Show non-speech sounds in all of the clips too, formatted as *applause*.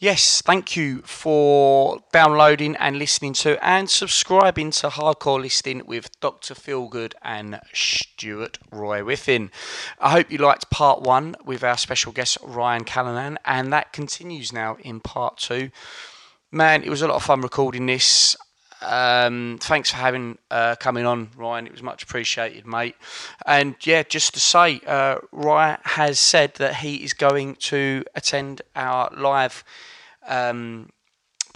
Yes, thank you for downloading and listening to and subscribing to Hardcore Listing with Dr. Feelgood and Stuart Roy Whiffin. I hope you liked part one with our special guest Ryan Callanan, and that continues now in part two. Man, it was a lot of fun recording this. Um, thanks for having uh, coming on, Ryan. It was much appreciated, mate. And yeah, just to say, uh, Ryan has said that he is going to attend our live um,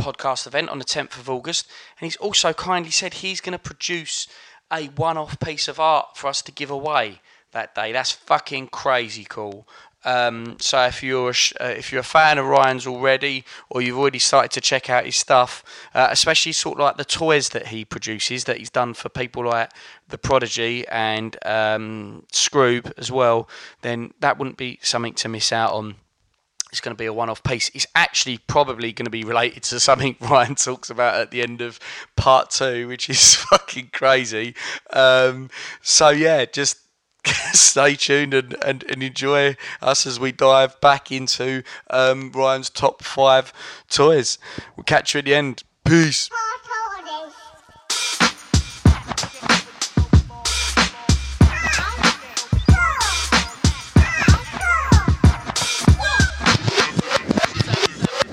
podcast event on the 10th of August, and he's also kindly said he's going to produce a one-off piece of art for us to give away that day. That's fucking crazy cool. Um, so if you're a sh- uh, if you're a fan of Ryan's already, or you've already started to check out his stuff, uh, especially sort of like the toys that he produces that he's done for people like the Prodigy and um, Scroob as well, then that wouldn't be something to miss out on it's going to be a one-off piece. It's actually probably going to be related to something *laughs* Ryan talks about at the end of part two, which is *laughs* fucking crazy. Um, so yeah, just *laughs* stay tuned and, and, and enjoy us as we dive back into um, Ryan's top five toys. We'll catch you at the end. Peace.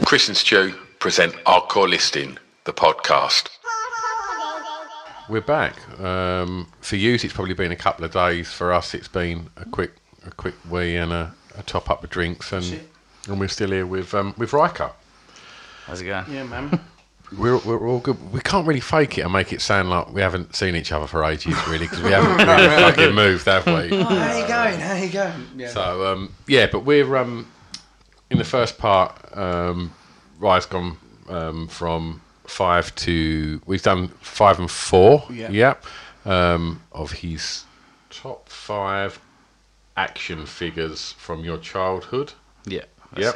Chris and Stu present our core listing, the podcast. We're back. Um, for you, it's probably been a couple of days. For us, it's been a quick, a quick wee and a, a top up of drinks, and and we're still here with um, with Riker. How's it going? Yeah. *laughs* We're, we're all good. We can't really fake it and make it sound like we haven't seen each other for ages, really, because we haven't really *laughs* fucking moved, have we? Oh, How you going? How you going? Yeah. So um, yeah, but we're um, in the first part. Um, Rye's gone um, from five to we've done five and four. Yeah. Um, of his top five action figures from your childhood. yeah. That's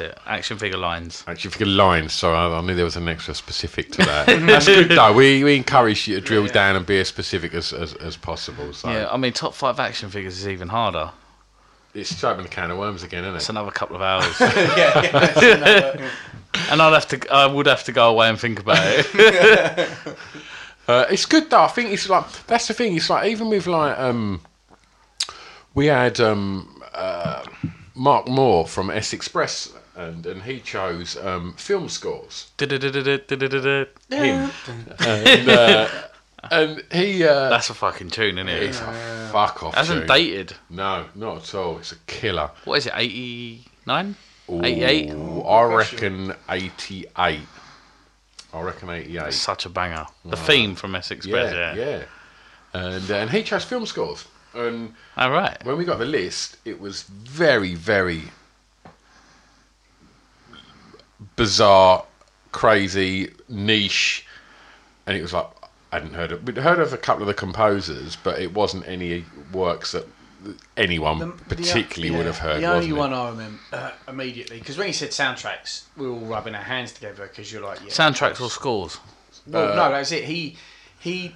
Yep. it. Action figure lines. Actually, figure lines. Sorry, I, I knew there was an extra specific to that. That's good though. We, we encourage you to drill down and be as specific as, as, as possible. So Yeah, I mean, top five action figures is even harder. it's opening a can of worms again, isn't it? It's another couple of *laughs* hours. *laughs* and I'd have to, I would have to go away and think about *laughs* it. Uh, it's good though. I think it's like that's the thing. It's like even with like um, we had um, uh, Mark Moore from S Express, and and he chose um, film scores. Him and, uh, and he uh, That's a fucking tune, isn't it? it's a fuck off. tune. Hasn't dated. No, not at all. It's a killer. What is it? Eighty nine? Eighty eight? Ooh, I reckon eighty-eight. I reckon eighty-eight. Such a banger. The theme from S Express. yeah, Yeah. yeah. And and he chose film scores. And All right. when we got the list, it was very, very bizarre, crazy, niche, and it was like I hadn't heard of. We'd heard of a couple of the composers, but it wasn't any works that anyone particularly would have heard. The wasn't only it? one I remember uh, immediately, because when you said soundtracks, we were all rubbing our hands together because you're like, yeah. Soundtracks or scores? Well, no, that's it. He, he,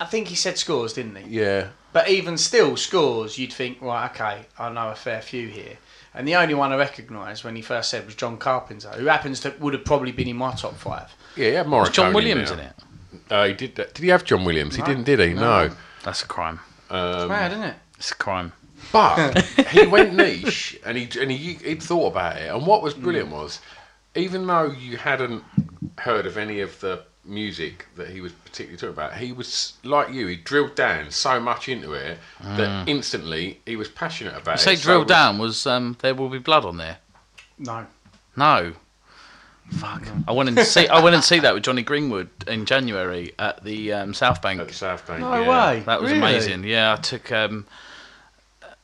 I think he said scores, didn't he? Yeah, But even still, scores, you'd think, right, okay, I know a fair few here. And the only one I recognised when he first said was John Carpenter, who happens to would have probably been in my top five. yeah. He had Morricone. Was John in Williams there. in it? Uh, he did. That. Did he have John Williams? He didn't, did he? No. That's a crime. It's mad, isn't it? It's a crime. But he went niche, and he and he he'd thought about it. And what was brilliant Mm. was, even though you hadn't heard of any of the music that he was particularly talking about, he was like you. He drilled down so much into it Mm. that instantly he was passionate about Say it. so drill was- down was um, there will be blood on there. No. No. Fuck. I went and see. I went and see that with Johnny Greenwood in January at the um, South Bank. At the South Bank. No yeah. way. That was Really? amazing. Yeah, I took um,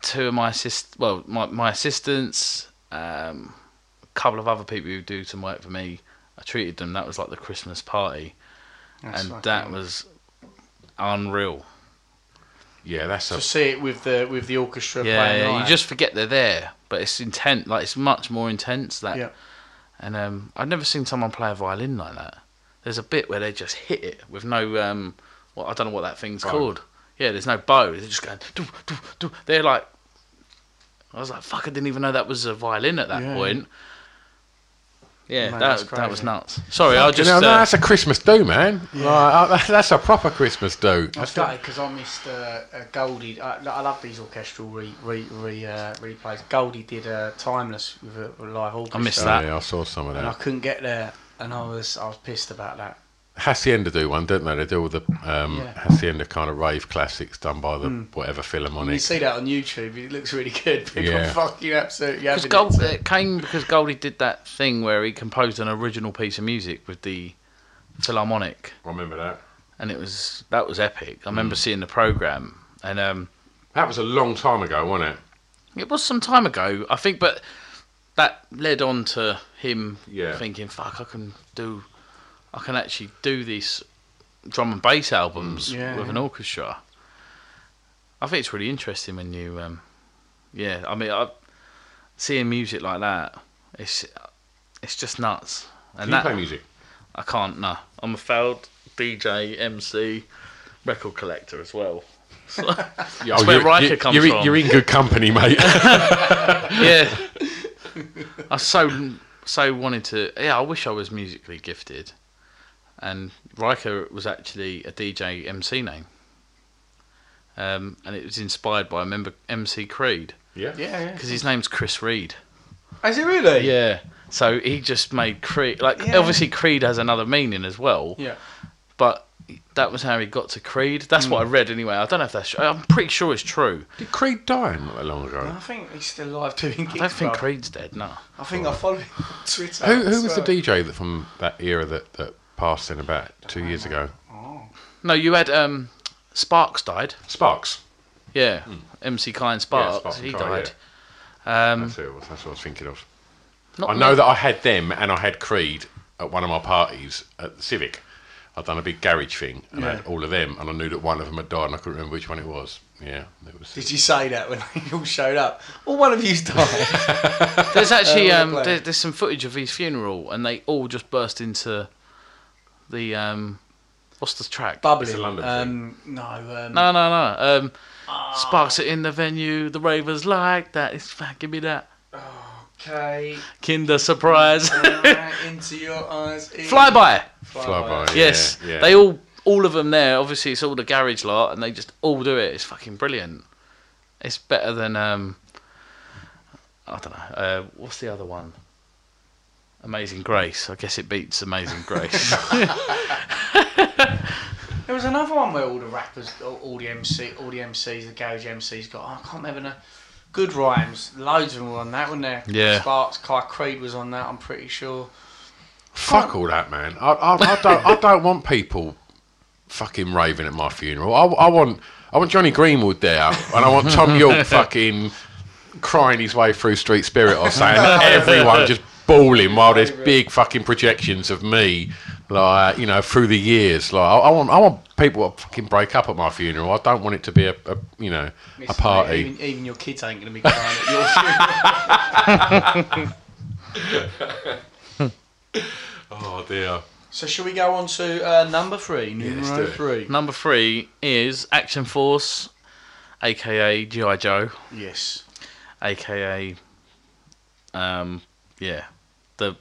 two of my assist, well, my, my assistants, um, a couple of other people who do some work for me. I treated them. That was like the Christmas party, That's and fucking that awesome. was unreal. Yeah, that's to a see it with the with the orchestra yeah, playing. yeah, live. you just forget they're there, but it's intent. Like it's much more intense. That, Yeah. and um, I've never seen someone play a violin like that. There's a bit where they just hit it with no um, well, I don't know what that thing's called. Yeah, there's no bow. They're just going. Doo, doo, doo. They're like, I was like, fuck, I didn't even know that was a violin at that Yeah. point. Yeah, Mate, that's that that was crazy. nuts. Sorry, I You just. know, *laughs* uh, no, that's a Christmas do, man. Like, uh, *laughs* that's a proper Christmas do. I That's was gutted because I missed uh, a Goldie. I, I love these orchestral re, re, re, uh, replays. Goldie did uh, Timeless with a, with a live orchestra. missed not- that. Oh, Yeah, I saw some of And I that. couldn't get there, and I was I was pissed about that. Hacienda do one, don't they? They do all the um, Yeah. Hacienda kind of rave classics done by the Mm. whatever Philharmonic. You see that on YouTube. It looks really good. *laughs* People Yeah. fucking absolutely Because having Gold, it. it came because Goldie did that thing where he composed an original piece of music with the Philharmonic, I remember that. and it was that was epic. I remember seeing the program, and um, That was a long time ago, wasn't it? it was some time ago, I think. But that led on to him Yeah. thinking, "Fuck, I can do, I can actually do these drum and bass Mm, albums Yeah, with yeah. an orchestra." I think it's really interesting when you, um, yeah. I mean, I, seeing music like that, it's it's just nuts. Can And you that play music? I can't. No, I'm a failed DJ, MC, record collector as well. *laughs* *laughs* So- Yeah, That's where Riker Oh, comes you're, in- from. You're in good company, *laughs* mate. yeah. *laughs* I so so wanted to. Yeah, I wish I was musically gifted. And Riker was actually a DJ MC name. Um, and it was inspired by a member MC Creed yeah. Yeah, because his name's Chris Reed. yeah. Is it really? Yeah. So he just made Creed like Yeah. obviously Creed has another meaning as well. Yeah. But that was how he got to Creed. That's what I Mm. read anyway. I don't know if that's. I'm pretty sure it's true. Did Creed die not that long ago? I think he's still alive doing gigs. I don't think bruv. Creed's dead. No. I think I follow him on Twitter. Who, who as was the well. DJ that from that era that, that passed in about two years ago? Oh. No, you had um, Sparks died. Sparks. Yeah, MC Klein Sparks. Hmm. Sparks and he Klein, died. That's who it was. That's what I was thinking of. Not I know that I had them and I had Creed at one of my parties at the Civic. I'd done a big garage thing and I had all of them, and I knew that one of them had died, and I couldn't remember which one it was. Yeah, it was. Did you say that when *laughs* they all showed up? Well, one of you's *laughs* died. There's actually Uh, um, play. there, there's some footage of his funeral, and they all just burst into the um, what's the track? Bubbling. It's a London um, No. Um, no, no, no. Um, Sparks are in the venue. The ravers like that. It's fuck, give me that Okay. *laughs* Kinder surprise. *laughs* right into your eyes. in- Flyby. Flyby. yeah, Yes, yeah. they all all of them there. Obviously, it's all the garage lot, and they just all do it. It's fucking brilliant. It's better than um, I don't know. Uh, what's the other one? Amazing Grace. I guess it beats Amazing *laughs* Grace. There was another one where all the rappers, all, all the MC, all the MCs, the garage MCs got. oh, I can't remember. No, good rhymes. Loads of them were on that, weren't there? Yeah. Sparks, Kai Creed was on that. I'm pretty sure. Fuck all that, man. I, I, I don't. I don't want people fucking raving at my funeral. I, I want. I want Johnny Greenwood there, and I want Tom York fucking crying his way through Street Spirit or saying everyone just bawling while there's big fucking projections of me, like you know, through the years. Like I, I want. I want people to fucking break up at my funeral. I don't want it to be a, a you know a Listen, mate, party. Even, even your kids ain't going to be crying at your funeral. *laughs* Oh dear. so should we go on to uh, number three? Numero let's do it. three. Number three is Action Force, aka GI Joe, Yes. aka um, yeah, the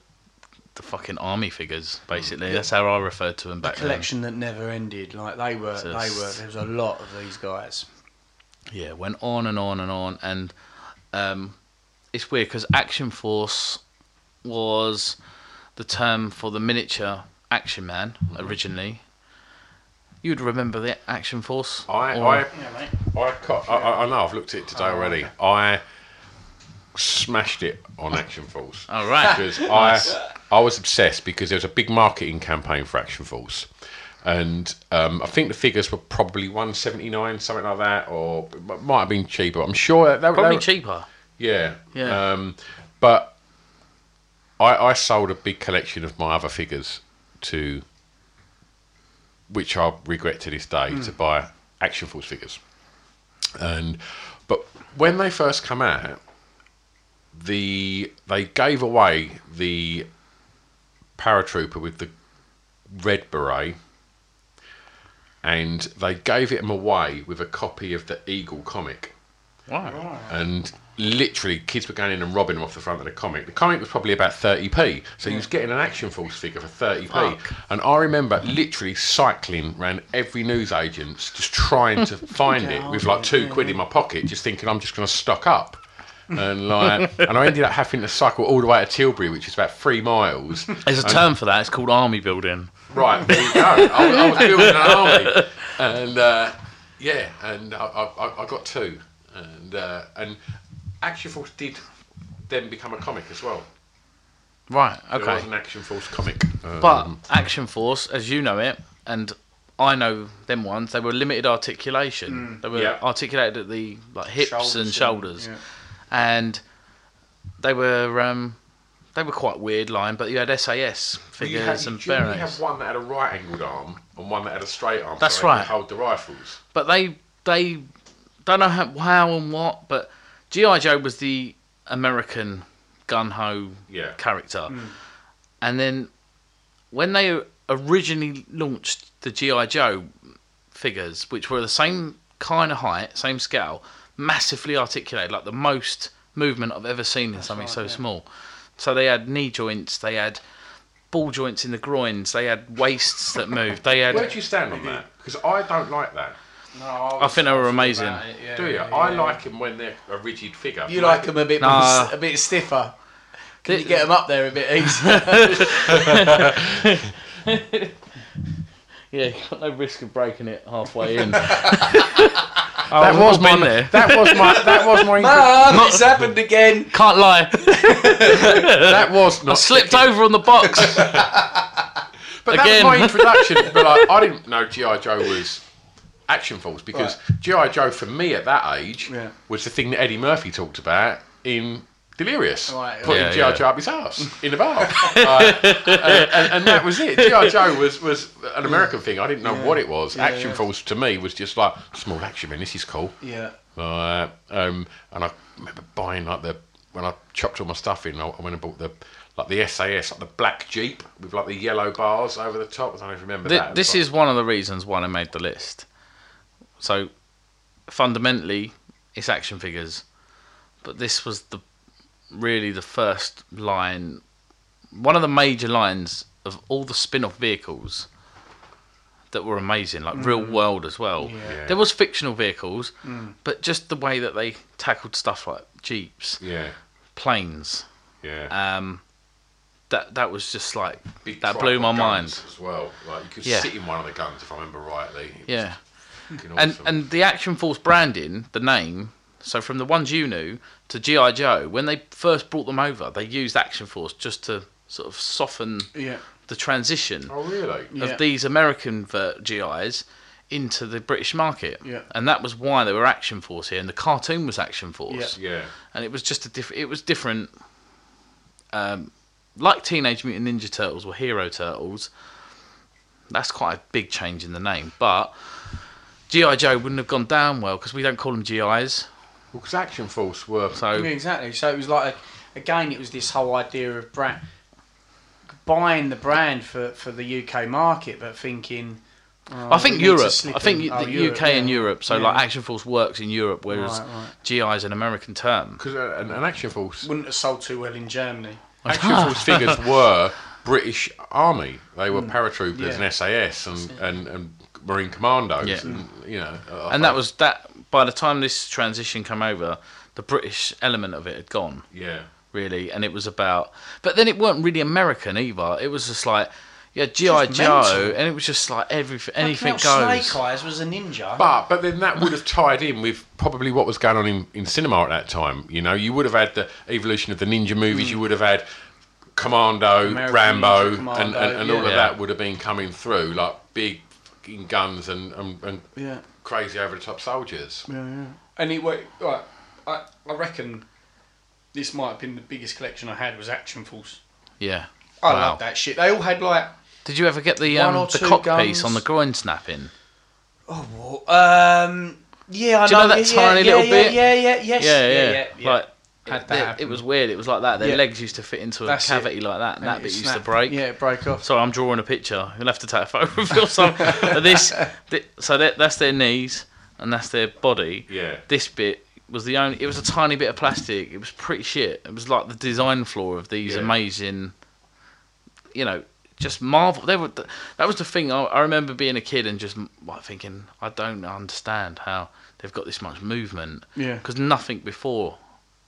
the fucking army figures. Basically, that's how I referred to them The back then. collection that never ended. Like they were, they were. There was a lot of these guys. yeah, went on and on and on, and um, it's weird because Action Force was the term for the miniature Action Man originally. You'd remember the Action Force. I, or- I, I, caught, I, I, I know, I've looked at it today already. I smashed it on Action Force. Oh, right. *laughs* Because I, I was obsessed because there was a big marketing campaign for Action Force. And um, I think the figures were probably 179 something like that, or it might have been cheaper. I'm sure that, that probably that- cheaper. Yeah. Yeah. Um, but I, I sold a big collection of my other figures to, which I regret to this day, to buy Action Force figures. And but when they first come out, the they gave away the paratrooper with the red beret. And they gave him away with a copy of the Eagle comic Right. and literally kids were going in and robbing them off the front of the comic. The comic was probably about 30p, so he was getting an Action Force figure for 30p. And I remember literally cycling round every newsagent's just trying to find it with like two quid in my pocket, just thinking I'm just going to stock up. And like, and I ended up having to cycle all the way to Tilbury, which is about three miles. There's a term for that. It's called army building. Right, there you go. I, was- I was building an army, and uh, yeah, and I, I, I got two, and uh, and Action Force did then become a comic as well. Right. There Okay. was an Action Force comic, um, But Action Force, as you know it, and I know them ones, they were limited articulation. They were Yeah. articulated at the like hips Shoulders and and- shoulders, yeah. and they were um, they were quite weird line. But you had SAS you figures had, you and generally have bearings, one that had a right angled arm and one that had a straight arm. That's so they could right. Hold the rifles. but they they don't know how, how and what. But GI Joe was the American gun ho Yeah. Mm. character, and then when they originally launched the GI Joe figures, which were the same kind of height, same scale, massively articulated, like the most movement I've ever seen in something so small. So they had knee joints, they had ball joints in the groins, they had waists that moved, they had. Where do you stand on that? Because I don't like that. No, I, I think they were was amazing. about it, yeah, Do you? yeah, I yeah. like them when they're a rigid figure. You like them a bit, more Nah. s- a bit stiffer. Can Th- you get them up there a *laughs* bit easier? Yeah, got no risk of breaking it *laughs* halfway in. That was my- there. That was my. That *laughs* was my. Ah, *laughs* it's happened again. Can't lie. that was not. I slipped over on *laughs* the box. But that Again. *laughs* was my introduction. but like, I didn't know GI Joe was Action Force because GI Joe for me at that age Yeah. was the thing that Eddie Murphy talked about in Delirious, Oh, Right, putting yeah. GI Yeah, Joe up his *laughs* ass in a bar, Uh, and, and- and that was it. *laughs* GI Joe was was an American thing. I didn't know what it was. action yeah. Force to me was just like small action man. This is cool. Yeah. Like, um, and I remember buying like the when I chopped all my stuff in, I I went and bought the like the SAS, like the black Jeep with like the yellow bars over the top. I don't know if you remember Th- that. this is one of the reasons why I made the list. So, fundamentally, it's action figures, but this was the really the first line, one of the major lines of all the spin-off vehicles that were amazing, like real world as well. There was fictional vehicles, but just the way that they tackled stuff like jeeps, yeah, planes, yeah. um, that that was just like Big that tripod blew my guns mind. as well. Like you could Yeah. sit in one of the guns if I remember rightly. It was Yeah. fucking And awesome. and the Action Force branding, the name, so from the ones you knew to GI Joe, when they first brought them over, they used Action Force just to sort of soften Yeah. the transition oh really? Yeah. of these American ver- GIs into the British market. Yeah. And that was why they were Action Force here, and the cartoon was Action Force, Yeah, and it was just a different. It was different. Um, like Teenage Mutant Ninja Turtles were Hero Turtles. That's quite a big change in the name, but GI Joe wouldn't have gone down well because we don't call them GIs. because Action Force were So Yeah, exactly. So it was like, again, it was this whole idea of brand, buying the brand for, for the UK market, but thinking. oh, I we think need to Europe. slip I think in- the oh, UK and yeah. Europe. So Yeah. like Action Force works in Europe, whereas Right, right. GI is an *laughs* American term. because an, an uh, Action Force wouldn't have sold too well in Germany. Action *laughs* Force figures were British Army. They were paratroopers Hmm. Yeah. and SAS and, and, and Marine Commandos. Yeah. And, you know, uh, I- *laughs* and that was that by the time this transition came over, the British element of it had gone Yeah. really, and it was about. But then it weren't really American either. It was just like, yeah, GI Just Joe, mental. and it was just like everything, anything Fucking hell, goes. Snake Eyes was a ninja. But but then that would have tied in with probably what was going on in, in cinema at that time. You know, you would have had the evolution of the ninja movies. You would have had Commando, Hmm. American Rambo, Ninja Commando, and, and, and all yeah. of Yeah. that would have been coming through like big fucking guns and and, and Yeah. crazy over the top soldiers. Anyway, right, I, I reckon this might have been the biggest collection I had was Action Force. Yeah. I Wow. love that shit. They all had like Did you ever get the One um, or the two cock guns. piece on the groin snapping? oh what um yeah I Do you know know that yeah, tiny yeah, little yeah, bit? yeah yeah yes yeah, yeah, Like Had it, that it- it happen. was weird. It was like that. Their Yeah. legs used to fit into a That's it. cavity like that, and, And that it bit used snapped. to break. yeah it broke off Sorry, I'm drawing a picture. You'll have to take a photo of it. So this, thi- so that, that's their knees and that's their body. Yeah. This bit was the only. It was a tiny bit of plastic. It was pretty shit. It was like the design flaw of these Yeah. amazing, you know, just marvel. They were. th- That was the thing. I, I remember being a kid and just like thinking, I don't understand how they've got this much movement. Yeah. Because nothing before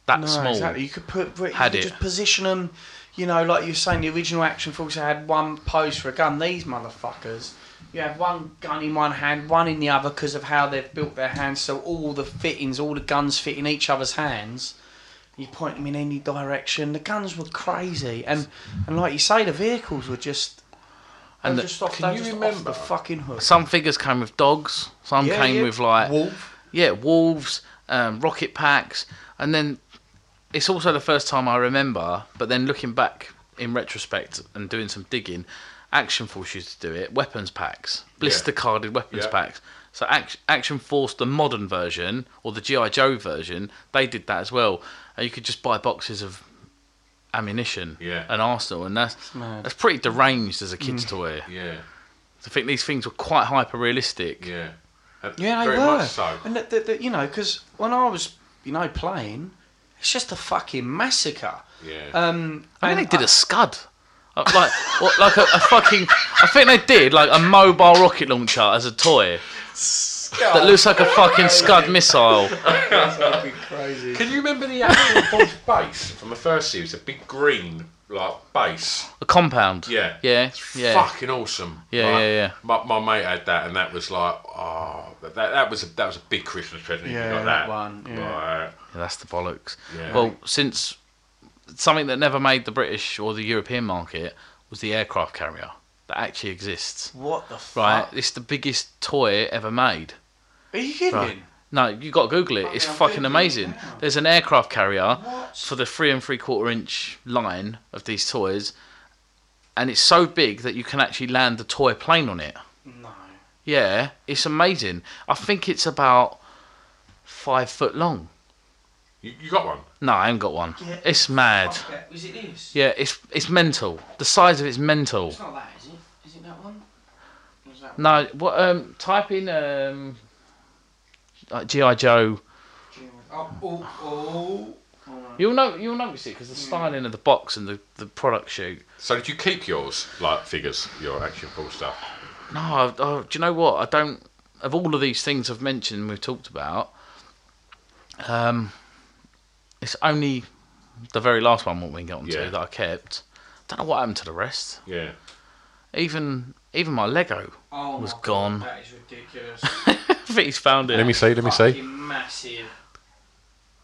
that no small. exactly you could put you Had could it. just position them you know like you were saying the original Action Force had one pose for a gun these motherfuckers you have one gun in one hand one in the other because of how they've built their hands so all the fittings all the guns fit in each other's hands you point them in any direction the guns were crazy and and like you say the vehicles were just and And they were the- just off, can they were you just off remember- the fucking hook Some figures came with dogs. Some Yeah, came yeah. with like Wolf. yeah, wolves, um, rocket packs, and then it's also the first time I remember. But then looking back in retrospect and doing some digging, Action Force used to do it. Weapons packs, blister carded weapons Yeah. packs. So Ac- Action Force, the modern version or the GI Joe version, they did that as well. And you could just buy boxes of ammunition Yeah. and arsenal, and that's that's pretty deranged as a kid's Mm. toy. Yeah, I think these things were quite hyper realistic. yeah, Uh, Yeah, they very were. much so. And the, the, the, you know, because when I was, you know, playing, it's just a fucking massacre. Yeah. Um, I and think they did a scud. Uh, Like, *laughs* what, like a, a fucking. I think they did like a mobile rocket launcher as a toy that looks like a fucking scud missile. Can you remember the actual *laughs* Bond base from the first series? A big green like base. A compound. Yeah. Yeah. It's Yeah. Fucking awesome. Yeah, Like, yeah, yeah. My, my mate had that, and that was like, oh, that, that, that was a that was a big Christmas present. if you Yeah, that got that one, yeah. Right. Yeah, that's the bollocks. Yeah. Well, since something that never made the British or the European market was the aircraft carrier that actually exists. what the fuck? Right? It's the biggest toy ever made. Are you kidding? No, you got to Google it. It's Fucking, I'm fucking Googling amazing. it now. There's an aircraft carrier What? for the three and three quarter inch line of these toys, and it's so big that you can actually land a toy plane on it. No. Yeah, it's amazing. I think it's about five foot long. You, you got one. No, I haven't got one. Yeah. It's mad. Fuck that. Is it this? Yeah, it's it's mental. The size of it's mental. It's not that, is it? Is it that one? Or is that one? No, what? Um, type in um, like GI Joe Oh, oh, oh. Hmm. Oh, You'll know, you'll notice it because the styling of the box and the, the product shoot. So did you keep yours, like figures, your action full stuff? No, I, oh, do you know what? I don't. Of all of these things I've mentioned, we've talked about. Um, it's only the very last one what we got onto Yeah. that I kept. Don't know what happened to the rest. Yeah. Even even my Lego oh was my God, gone. That is ridiculous. *laughs* I think he's found it. Let me see. Let me see. Fucking massive.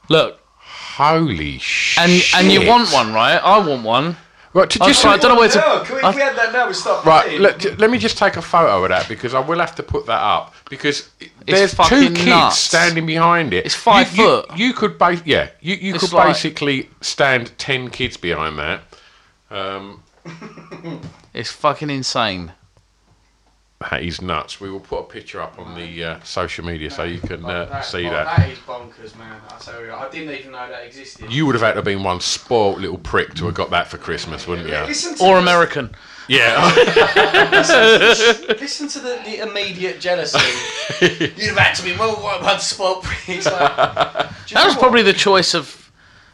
Look, Holy shit! and and you want one, right? I want one. Right, to I, just I don't know where to. No, can we, I- if we had that now, we stop. Right, let, j- let me just take a photo of that because I will have to put that up because i- there's two fucking kids nuts. standing behind it. It's five You- you- foot. You, could, ba- yeah, you, you It's could like- basically stand ten kids behind that. Um, It's fucking insane. that is nuts. We will put a picture up on the uh, social media so you can uh, see oh, that. That is bonkers, man. I tell you, I didn't even know that existed. You would have had to have been one spoilt little prick to have got that for Christmas, wouldn't you? Listen to Or this. American. *laughs* Yeah. Listen to the, the immediate jealousy. You'd have had to be well, one, one *laughs* spot. It's like, do you That know was what? probably the choice of,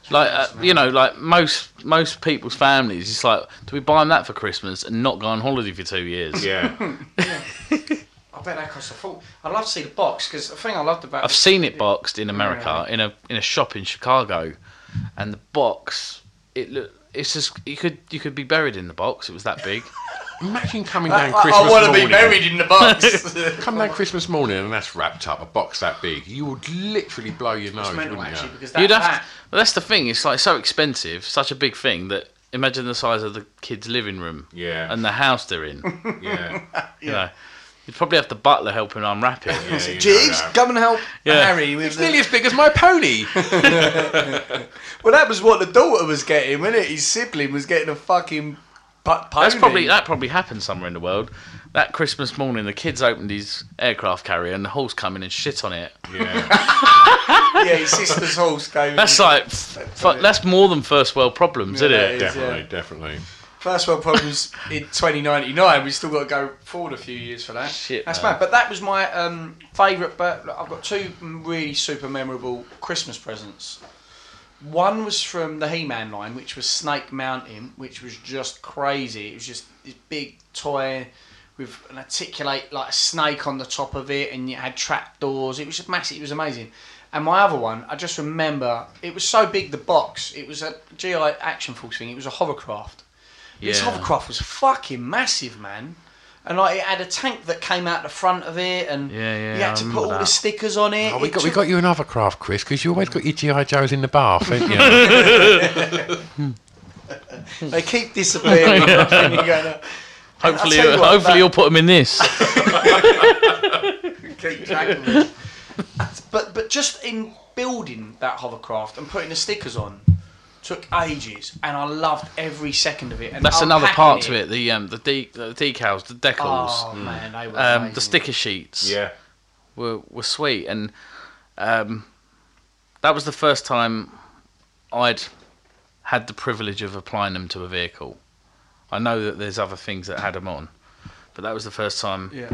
like uh, you know, like most most people's families. It's like, do we buy them that for Christmas and not go on holiday for two years? yeah. I I bet that costs a fortune. I'd love to see the box because the thing I loved about I've seen it boxed in America in a in a shop in Chicago, and the box it look it's just you could you could be buried in the box. It was that big. Imagine coming I, down Christmas want to morning. be buried in the *laughs* box. Come down Christmas morning and that's wrapped up, a box that big. You would literally blow your nose, It's wouldn't mental you? actually because that, You'd have that to, well, that's the thing. It's like so expensive, such a big thing that imagine the size of the kid's living room. Yeah. And the house they're *laughs* in. You Yeah. know, you'd probably have the butler helping unwrap it. Yeah, you know Jeeves, that. come and help Yeah. Harry with It's the nearly as big as my *laughs* pony. Well, that was what the daughter was getting, wasn't it? His sibling was getting a fucking butt pony. That's probably that probably happened somewhere in the world. That Christmas morning, the kids opened his aircraft carrier, and the horse come in and shit on it. yeah. yeah, his sister's horse going. That's like, f- that's more than first world problems, Yeah, isn't it? that is. Definitely, definitely. First world problems in 2099. We still got to go forward a few years for that. Shit, that's man. mad. But that was my um, favourite. But I've got two really super memorable Christmas presents. One was from the He-Man line, which was Snake Mountain, which was just crazy. It was just this big toy with an articulate like a snake on the top of it, and it had trap doors. It was just massive. It was amazing. And my other one, I just remember it was so big. The box, it was a GI Action Force thing. It was a hovercraft. This Yeah. hovercraft was fucking massive, man. And like it had a tank that came out the front of it, and Yeah, yeah, you I had to put remember all the that. stickers on it. Oh, we It got, we took- got you another craft, Chris, because you always got your G.I. Joes in the bath, *laughs* haven't you? They keep *laughs* disappearing. *laughs* And you go, "No." I'll Hopefully, tell you what, hopefully that- you'll put them in this. keep track of *laughs* it. But but just in building that hovercraft and putting the stickers on took ages, and I loved every second of it. *laughs* And That's another unpacking part to it. The um, the, de- the decals, the decals, Oh man, they were um, amazing. the sticker sheets were were sweet, and um, that was the first time I'd had the privilege of applying them to a vehicle. I know that there's other things that had them on, but that was the first time Yeah,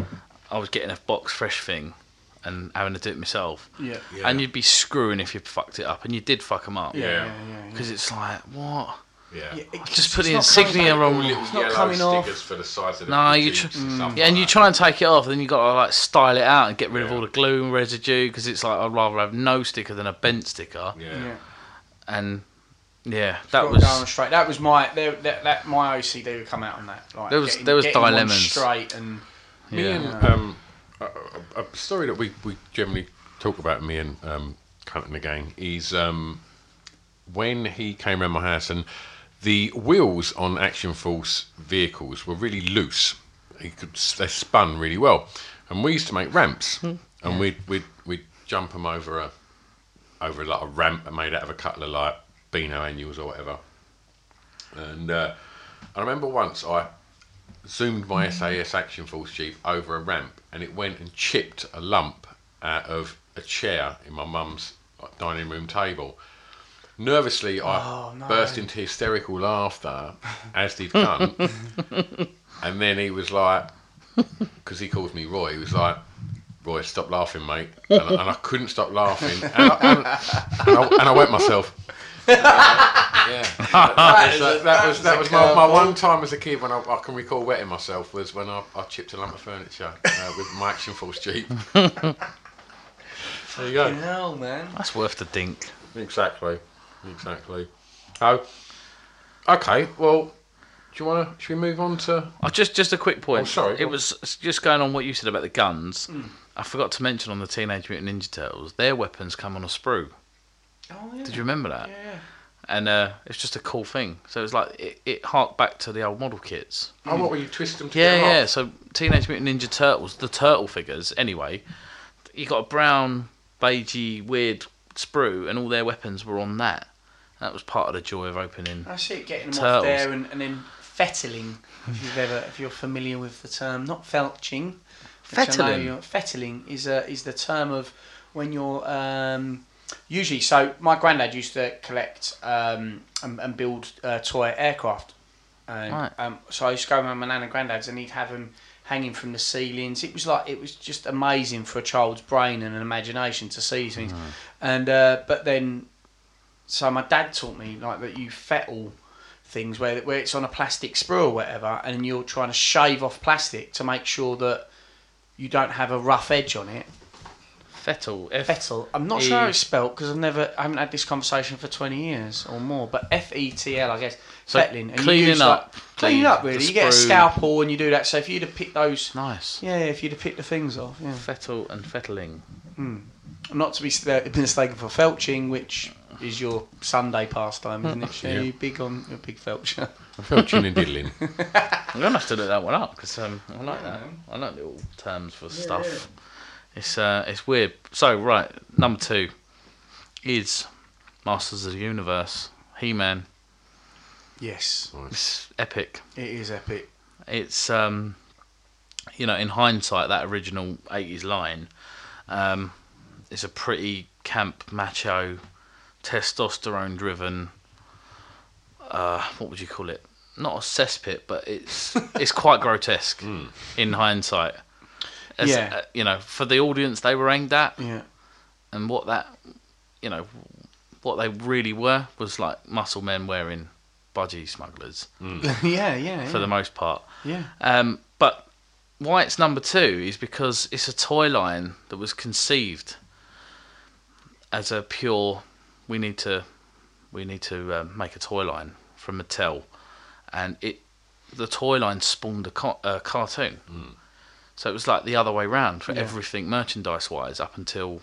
I was getting a box fresh thing and having to do it myself. yeah, And you'd be screwing if you fucked it up, and you did fuck them up. yeah, Yeah. yeah, Because it's like, what? Yeah. yeah. It- Just put it's the not coming insignia back. on. It's not coming off. for the size of No, you tr- Mm. Yeah, and you try and take it off, then you got to like style it out and get rid of Yeah. all the glue and residue because it's like I'd rather have no sticker than a bent sticker. Yeah. And yeah, Got that it was going straight. That was my there- that, that my OCD would come out on that. Like, There was- getting, there was getting one dilemmas. straight and Me Yeah. and um, a, a a story that we, we generally talk about me and um, Cunt and the gang is um, when he came around my house and the wheels on Action Force vehicles were really loose. He could they spun really well, and we used to make ramps, and we'd we'd we'd jump them over a over like a ramp made out of a couple of like Beano annuals or whatever. And uh, I remember once I zoomed my SAS Action Force Jeep over a ramp and it went and chipped a lump out of a chair in my mum's dining room table. Nervously, I burst into hysterical laughter, as did Cunt. and then he was like, because he calls me Roy, he was like, Roy, stop laughing, mate. And I, and I couldn't stop laughing. And I, and, and I, and I wet myself. yeah. that, So that, that was that was my, my one time as a kid when I, I can recall wetting myself was when I, I chipped a lump of furniture uh, with my Action Force *laughs* Jeep. there you go. Hell, man. that's worth the dink. Exactly. Exactly. Oh. Okay. Well, do you want to? Should we move on to? Oh, just just a quick point. Oh, sorry. It was just going on what you said about the guns. Hmm. I forgot to mention on the Teenage Mutant Ninja Turtles, their weapons come on a sprue. Oh, yeah. Did you remember that? Yeah. And uh, it's just a cool thing. So it's like it, it harked back to the old model kits. Oh, what were you twist them to? Yeah, get them yeah. off? So Teenage Mutant Ninja Turtles, the turtle figures, anyway. You got a brown, beigey, weird sprue, and all their weapons were on that. That was part of the joy of opening. That's it. Getting them off Turtles. there and, and then fettling. If you've ever, if you're familiar with the term, not felching. which I know Fettling? you're- Fettling is a, is the term of when you're um, usually. So my granddad used to collect um, and, and build uh, toy aircraft. And, Right. um, so I used to go around my nan and granddad's, and he'd have them hanging from the ceilings. It was like it was just amazing for a child's brain and an imagination to see these things. Mm. And uh, but then so my dad taught me like that you fettle things where where it's on a plastic sprue or whatever, and you're trying to shave off plastic to make sure that you don't have a rough edge on it. Fettel. F- Fettel. I'm not E- sure how it's spelt because I've never, I haven't had this conversation for 20 years or more. But F E T L, I guess. So Fettling. And you cleaning use, up Like, cleaning the- up, really. the You get a sprue. scalpel and you do that. So if you'd have picked those, Nice. yeah, if you'd have picked the things off, yeah. Hmm. Fettel and Fettling. Not to be s- uh, *laughs* mistaken for felching, which is your Sunday pastime, isn't *laughs* it? Yeah, Yeah. you big on you're a big felcher. Felching and diddling. I'm gonna have to look that one up because um, I like that. I like little terms for stuff. It's uh, it's weird. So right, number two is Masters of the Universe. He-Man. Yes, It's epic. it is epic. It's um, you know, in hindsight, that original '80s line um, is a pretty camp, macho, testosterone-driven. Uh, what would you call it? Not a cesspit, but it's it's *laughs* quite grotesque in hindsight. As, Hmm. Yeah. uh, you know, for the audience they were aimed at, Yeah, and what that, you know, what they really were was like muscle men wearing budgie smugglers Hmm. *laughs* yeah, yeah. for the most part. yeah. Um, but why it's number two is because it's a toy line that was conceived as a pure. We need to, we need to um, make a toy line from Mattel, and it, the toy line spawned a, co- a cartoon. Hmm. So it was like the other way round for everything merchandise wise up until,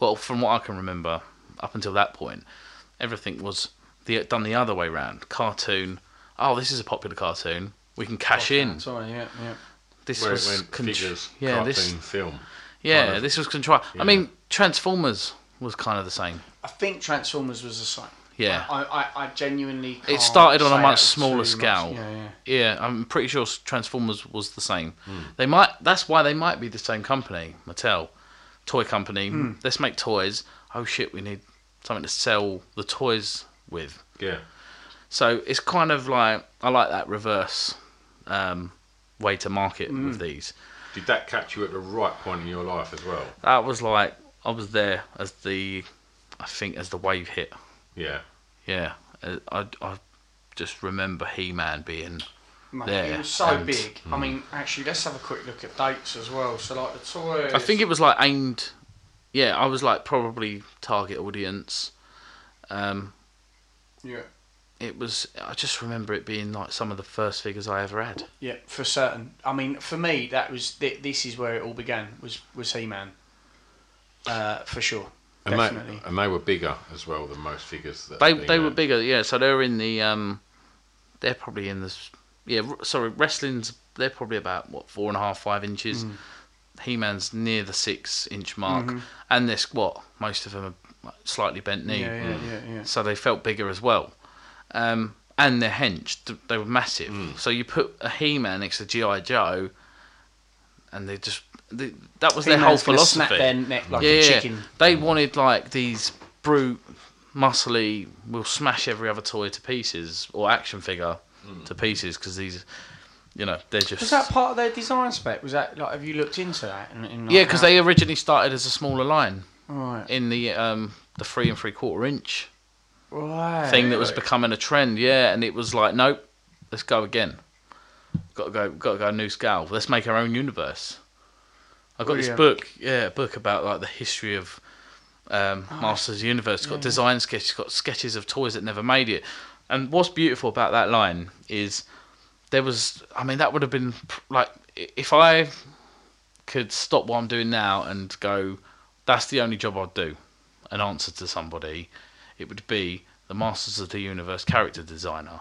well, from what I can remember, up until that point, everything was the done the other way round. Cartoon. Oh, this is a popular cartoon. We can cash in. Sorry, yeah, yeah. This Where it was went, contr- figures, yeah, cartoon, this film. yeah, kind of- this was contrived. I mean, Transformers was kind of the same. I think Transformers was the same. Yeah. I, I, I genuinely. It can't started on say a that much too smaller scale. Yeah, yeah. Yeah, I'm pretty sure Transformers was the same. Hmm. They might. That's why they might be the same company, Mattel, toy company. Hmm. Let's make toys. Oh shit, we need something to sell the toys with. Yeah. So it's kind of like I like that reverse um, way to market Hmm. with these. Did that catch you at the right point in your life as well? That was like I was there as the, I think as the wave hit. Yeah. Yeah, I, I, I just remember He Man being. Mate, There, it was so and- mm. big. I mean, actually, let's have a quick look at dates as well. So, like the toy. I think it was like aimed. Yeah, I was like probably target audience. Um, Yeah, it was. I just remember it being like some of the first figures I ever had. yeah, for certain. I mean, for me, that was th- this is where it all began. Was was He Man? Uh, for sure, And definitely. they, and they were bigger as well than most figures. That They had been they were uh, out. bigger. Yeah, so they're in the. Um, they're probably in the. s- Yeah, r- sorry, wrestling's. They're probably about what four and a half, five inches. Hmm. He Man's near the six inch mark, Mm-hmm. and this what most of them are slightly bent knee. Hmm. yeah, yeah, yeah, yeah. so they felt bigger as well. Um, and they're henched; they were massive. Hmm. So you put a He-Man next to GI Joe, and they just they, that was their whole He-Man's gonna philosophy. snap their neck like yeah, a yeah. chicken. They wanted like these brute, muscly, will smash every other toy to pieces or action figure to pieces because these, you know, they're just Was that part of their design spec? Was that like? Have you looked into that? And, and like yeah because how- they originally started as a smaller line right, in the um the three and three quarter inch right. thing that was becoming a trend, yeah, and it was like, nope, let's go again. Got to go, got to go new scale. Let's make our own universe. I got this Brilliant. book, yeah, a book about like the history of um, Ah, Masters of the Universe. It's got design sketches, it's got sketches of toys that never made it. And what's beautiful about that line is there was, I mean, that would have been pr- like i- if I could stop what I'm doing now and go, that's the only job I'd do, an answer to somebody, it would be the Masters of the Universe character designer.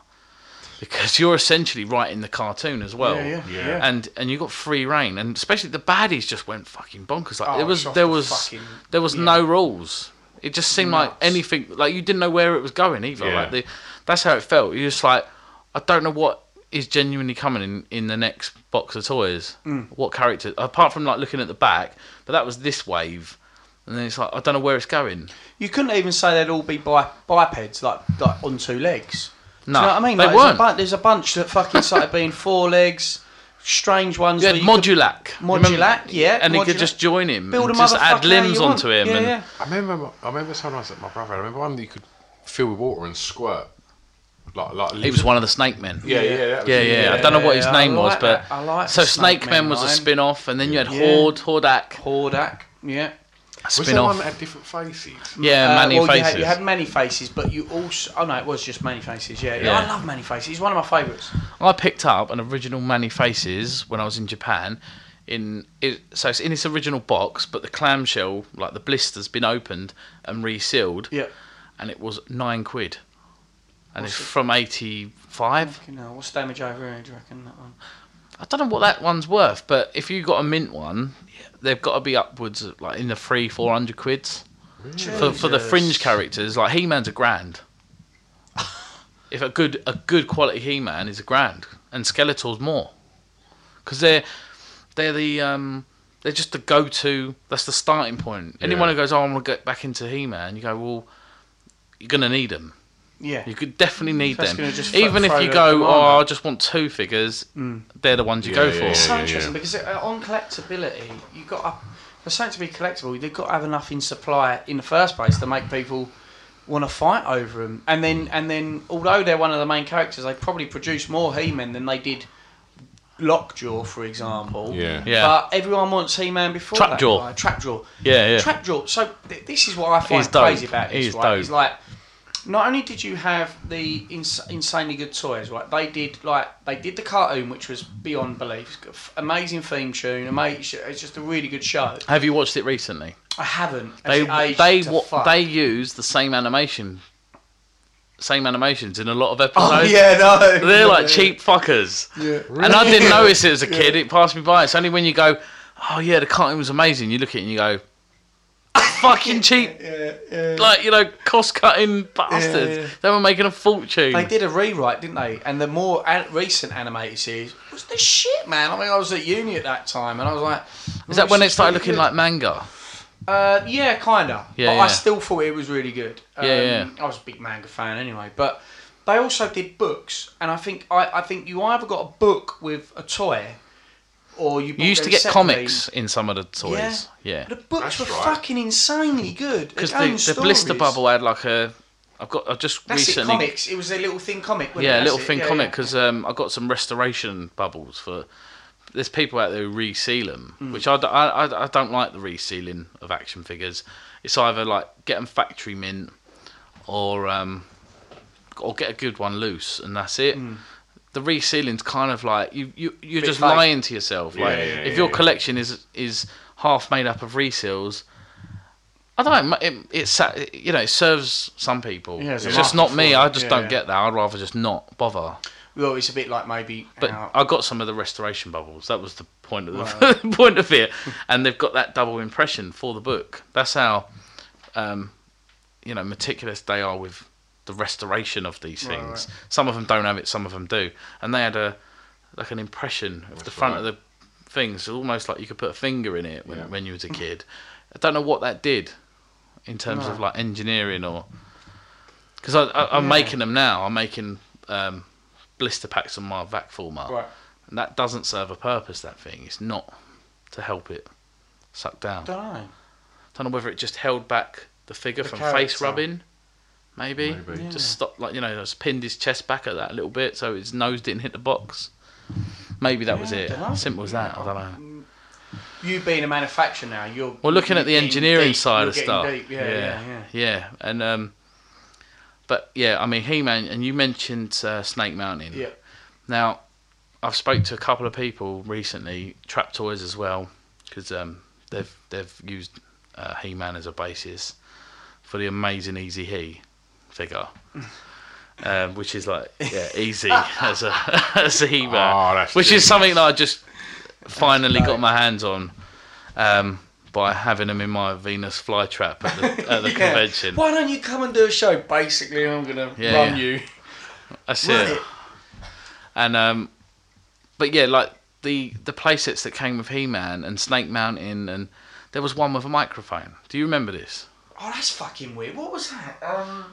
Because *laughs* you're essentially writing the cartoon as well, Yeah, yeah, Yeah. yeah. and and you got free reign, and especially the baddies just went fucking bonkers. Like Oh, there was it's off there the was fucking- there was yeah. no rules. It just seemed like Nuts. anything like you didn't know where it was going either. Yeah. Like the, that's how it felt. You're just like, I don't know what is genuinely coming in, in the next box of toys. Mm. What character apart from like looking at the back, but that was this wave. And then it's like I don't know where it's going. You couldn't even say they'd all be bi- bipeds, like like on two legs. Do No, you know what I mean? they like, there's a weren't. bun- There's a, bunch that fucking started being four legs, strange ones. Yeah, where you could- Modulac. Modulac, Remember- yeah, And he Modulac. could just join him, build a and just motherfucker add limbs how you onto want. him. Yeah, and yeah. I remember, I remember sometimes that my brother. I remember one that you could fill with water and squirt. Like, like He was one of the Snake Men. Yeah, yeah, that was yeah, it, yeah. yeah. I don't know what his Yeah, name I was, like but that. I like so the Snake, Snake Men Man was a line. spin-off, and then you had Yeah. Horde, Hordak, Hordak, yeah. Was there one spin-off. that had different faces? Yeah, Uh, Manny well, You Faces. had, you had many faces, but you also. Oh no, it was just many faces. Yeah, Yeah. I love many faces. He's one of my favourites. I picked up an original Manny Faces when I was in Japan. In it, so it's in its original box, but the clamshell, like the blister's been opened and resealed, Yeah. and it was nine quid, and it's from eighty five. You know, what's damage over here? Do you reckon that one? I don't know what that one's worth, but if you got a mint one, they've got to be upwards of, like in the three four hundred quids for for the fringe characters. Like He Man's a grand. if a good a good quality He Man is a grand, and Skeletor's more, because they're they're the um they're just the go to. That's the starting point. Anyone who goes, oh, I want to get back into He Man, you go, well, you're gonna need them. Yeah. You could definitely need That's them. gonna just Even throw if you the go, commander. oh, I just want two figures, Mm. they're the ones you Yeah, go yeah, for. yeah. It's so interesting because uh, on collectability, you got to, for something to be collectible, they've got to have enough in supply in the first place to make people want to fight over them. And then, and then, although they're one of the main characters, they probably produce more He-Man than they did Lockjaw, for example. Yeah. Yeah. But everyone wants He-Man before that Trapjaw. guy. Trapjaw. Yeah, yeah. Trapjaw. So th- this is what I find He's dope. crazy about this. He's right? dope. Is like not only did you have the ins- insanely good toys, right? They did like they did the cartoon, which was beyond belief. F- Amazing theme tune. Amazing. It's just a really good show. Have you watched it recently? I haven't. They It's aged they to wa- fuck. they use the same animation, same animations in a lot of episodes. Oh *laughs* yeah, no. They're like cheap fuckers. Yeah, And I didn't notice it as a kid. It passed me by. It's only when you go, oh yeah, the cartoon was amazing. You look at it and you go, *laughs* fucking cheap, like you know, cost cutting bastards. They were making a fortune. They did a rewrite, didn't they? And the more an- recent animated series was the shit, man. I mean, I was at uni at that time, and I was like, "Oh, Is that when it started looking looking like? like manga? Uh, yeah, kinda. Yeah, but yeah. I still thought it was really good. Um, Yeah, yeah. I was a big manga fan anyway, but they also did books, and I think I, I think you either got a book with a toy, or you, bought You used to them get separately. comics in some of the toys. Yeah. The books That's were right. fucking insanely good. Because Their own the, the stories. blister bubble had like a. I've got. I just That's it, recently. comics. It was a little thin comic. wasn't it? Yeah, That's little it. thin Yeah, comic yeah. because um, I got some restoration bubbles for. There's people out there who reseal them, Mm. which I, d- I- I- I don't like the resealing of action figures. It's either like get them factory mint, or um, or get a good one loose, and that's it. The resealing's kind of like you you you're just Mm. fake. lying to yourself. Like yeah, if yeah, your yeah. collection is is half made up of reseals. I don't. know, It, it, sa- you know, it serves some people. Yeah, it's it's a just market not me. for it. I just Yeah, don't yeah. get that. I'd rather just not bother. Well, it's a bit like maybe. But how- I got some of the restoration bubbles. That was the point of the *laughs* point of it. And they've got that double impression for the book. That's how, um, you know, meticulous they are with the restoration of these things. Some of them don't have it. Some of them do. And they had a like an impression of the front of the things, almost like you could put a finger in it when when you was a kid. I don't know what that did in terms of like engineering or because I, I, I'm making them now. I'm making um, blister packs on my vac format, Right. and that doesn't serve a purpose. That thing, it's not to help it suck down. I don't know. don't know whether it just held back the figure from face character. rubbing, maybe, Maybe. just stopped like you know, just pinned his chest back at that little bit so his nose didn't hit the box. Maybe that was Yeah, I it. dunno. Simple as that. I don't know. You being a manufacturer now, you're. Well, looking you're at the getting engineering deep, side you're of getting stuff, deep, Yeah, yeah, yeah. yeah, and um, but yeah, I mean, He Man, and you mentioned uh, Snake Mountain, Yeah. Now, I've spoke to a couple of people recently, Trap Toys as well, because um, they've they've used uh, He Man as a basis for the amazing Easy He *laughs* figure, um, which is like yeah, easy as a *laughs* as a He Oh, Man, that's which is genius. something that I just finally got my hands on. Um, by having them in my Venus flytrap at the, at *laughs* the Yeah. convention. Why don't you come and do a show? Basically, I'm gonna Yeah, run yeah. you. That's Run it. it. And um, but yeah, like the the playsets that came with He Man and Snake Mountain, and there was one with a microphone. Do you remember this? Oh, that's fucking weird. What was that? Um,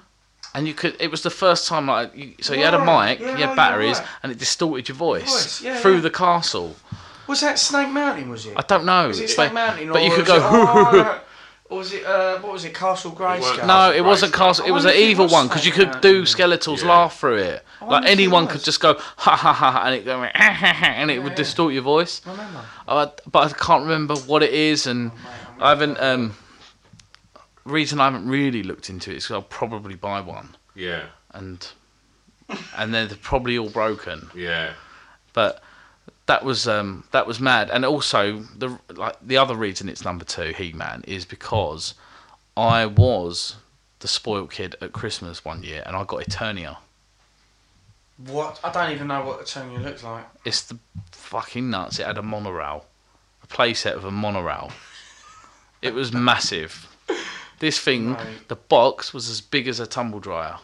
And you could. It was the first time like you, so you had a Right, mic, yeah, you no, you're had batteries, right. and it distorted your voice, Voice, yeah, through yeah. the castle. was that Snake Mountain? Was it? I don't know. Was it It's Snake like- Mountain? but or you was could go. *laughs* It, oh, hoo hoo hoo. Or was it? Uh, what was it? Castle Grayscale. No, it wasn't Castle. I It was an wonder if it evil was one because you could Satan. do Skeletor's laugh through it. wonder Like if it anyone was. could just go ha ha ha, ha and it go "Ah, ha, ha," and it would distort your voice. I remember. Oh, but I can't remember what it is, and I haven't. Um, reason I haven't really looked into it is 'cause I'll probably buy one, Yeah, and and they're probably all broken. yeah. But that was um, that was mad, and also the like the other reason it's number two, He Man, is because I was the spoiled kid at Christmas one year, and I got Eternia. What? I don't even know what the Tony looks like. It's the fucking nuts. It had a monorail, a playset of a monorail. it was massive. This thing, Right. the box was as big as a tumble dryer,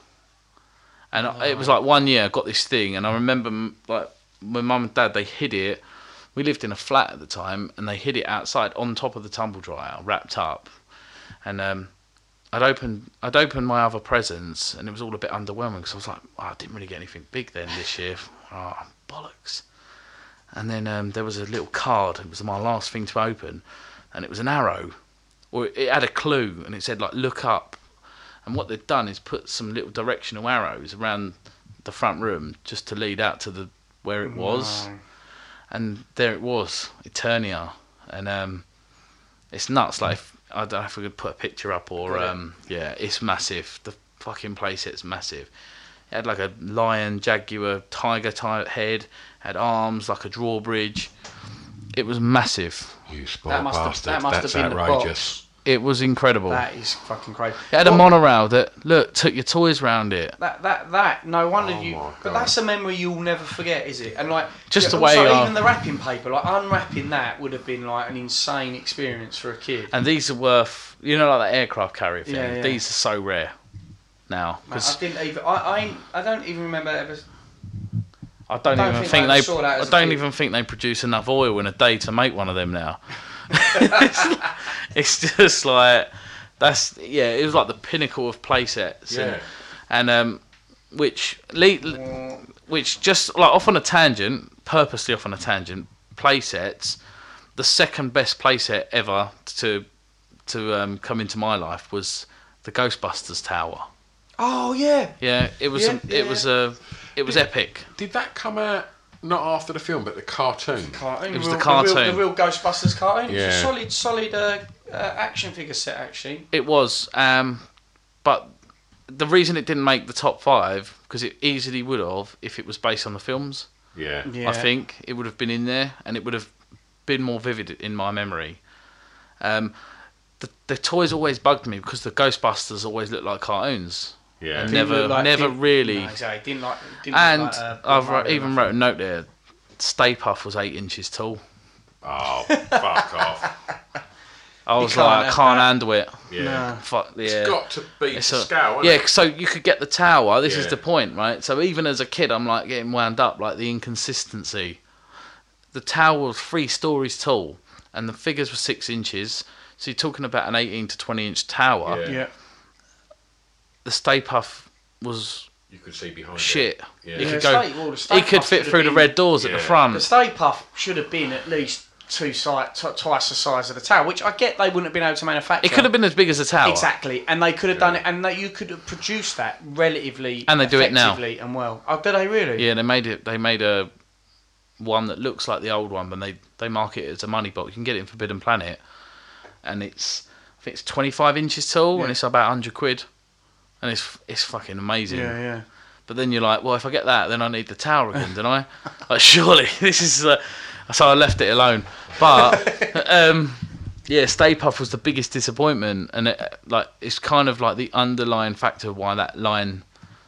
and I it was like one year I got this thing, and I remember m- like my mum and dad they hid it. We lived in a flat at the time, and they hid it outside on top of the tumble dryer, wrapped up, and um. I'd opened I'd opened my other presents and it was all a bit underwhelming because I was like oh, I didn't really get anything big then this year. *laughs* Oh, bollocks! And then um, there was a little card. It was my last thing to open, and it was an arrow, or it had a clue, and it said like look up. And what they'd done is put some little directional arrows around the front room just to lead out to the where it was Oh, and there it was, Eternia, and um, it's nuts. Like if- I don't know if we could put a picture up or um, yeah, it's massive. The fucking place, it's massive. It had like a lion, jaguar, tiger type head. Had arms like a drawbridge. It was massive. You spoiled That must have- bastard. that must have That's been the outrageous. It was incredible. That is fucking crazy. it had a What- monorail that look took your toys round it. That that that no wonder Oh you. my But God. that's a memory you'll never forget, is it? And like Just yeah, the way also, our- even the wrapping paper, like unwrapping that would have been like an insane experience for a kid. And these are worth you know like that aircraft carrier thing. Yeah, yeah. These are so rare now Mate, because I didn't even. I, I I don't even remember ever. I don't, Don't even think think I they. saw that I as a don't kid. even think they produce enough oil in a day to make one of them now. it's, it's *laughs* just like that's yeah. It was like the pinnacle of playsets. Yeah. And, and um, which le- which just like off on a tangent, purposely off on a tangent. Playsets, the second best playset ever to to um, come into my life was the Ghostbusters Tower. Oh yeah. Yeah, it was Yeah, it yeah. was a it was epic. Did that come out not after the film, but the cartoon? Cartoon. It was real- the The real, cartoon. the real Ghostbusters cartoon. It's Yeah. a solid, solid uh, uh, action figure set, actually. It was, um, but the reason it didn't make the top five because it easily would have if it was based on the films. yeah. Yeah. I think it would have been in there, and it would have been more vivid in my memory. Um, the, the toys always bugged me because the Ghostbusters always looked like cartoons. Yeah. And Didn't never, Didn't look like- never didn't- really. No, exactly. Didn't like. Didn't look and like, uh, Bill I've Murray or even nothing. wrote a note there. Stay Puff was eight inches tall. Oh, *laughs* fuck off. I was can't like, I have can't that. handle it. Yeah. Fuck yeah. It's got to be the It's a- scale. yeah, so you could get the tower. This is Yeah. the point, right? So even as a kid, I'm like getting wound up, like the inconsistency. The tower was three stories tall, and the figures were six inches. So you're talking about an 18 to 20 inch tower. Yeah. Yeah. The Stay Puff was You could see behind shit. Yeah. He Yeah, could the go. Stay- well, the Stay he could Puff fit should've through the been- red doors at Yeah. the The front. Stay Puff should have been at least two si- t- twice the size of the tower, which I get they wouldn't have been able to manufacture. It could have been as big as a tower. Exactly, and they could have done it, and that you could have produced that relatively And they do it now. effectively and well. Oh, do they really? Yeah, they made it. They made a one that looks like the old one, but they they market it as a money box. You can get it in Forbidden Planet, and it's I think it's 25 inches tall, and Yeah. it's about 100 quid, and it's it's fucking amazing. yeah, yeah. But then you're like, well, if I get that, then I need the tower again, don't I? *laughs* Like, surely *laughs* this is. Uh, so I left it alone. *laughs* But um, yeah, Stay Puff was the biggest disappointment, and it, like it's kind of like the underlying factor why that line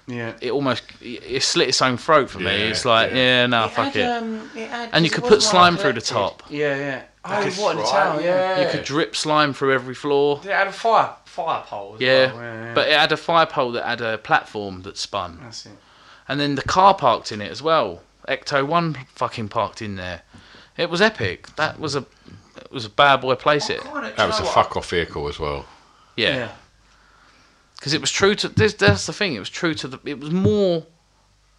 yeah. it almost it slit its own throat for me. Yeah, it's like, yeah. yeah, no, It fuck had, it. um, it had- And you it could wasn't put slime like through the collected. top. Yeah, yeah. Oh, That's what a right, tower, yeah. yeah. you could drip slime through every floor. It had a fire fire pole. As Yeah. well, yeah, yeah. but it had a fire pole that had a platform that spun, that's it. and then the car parked in it as well. Ecto One fucking parked in there. It was epic. That was a it was a bad boy place. It Kinda- do That you was a know what? fuck off vehicle as well. yeah, because it was true to this. That's the thing. It was true to the. It was more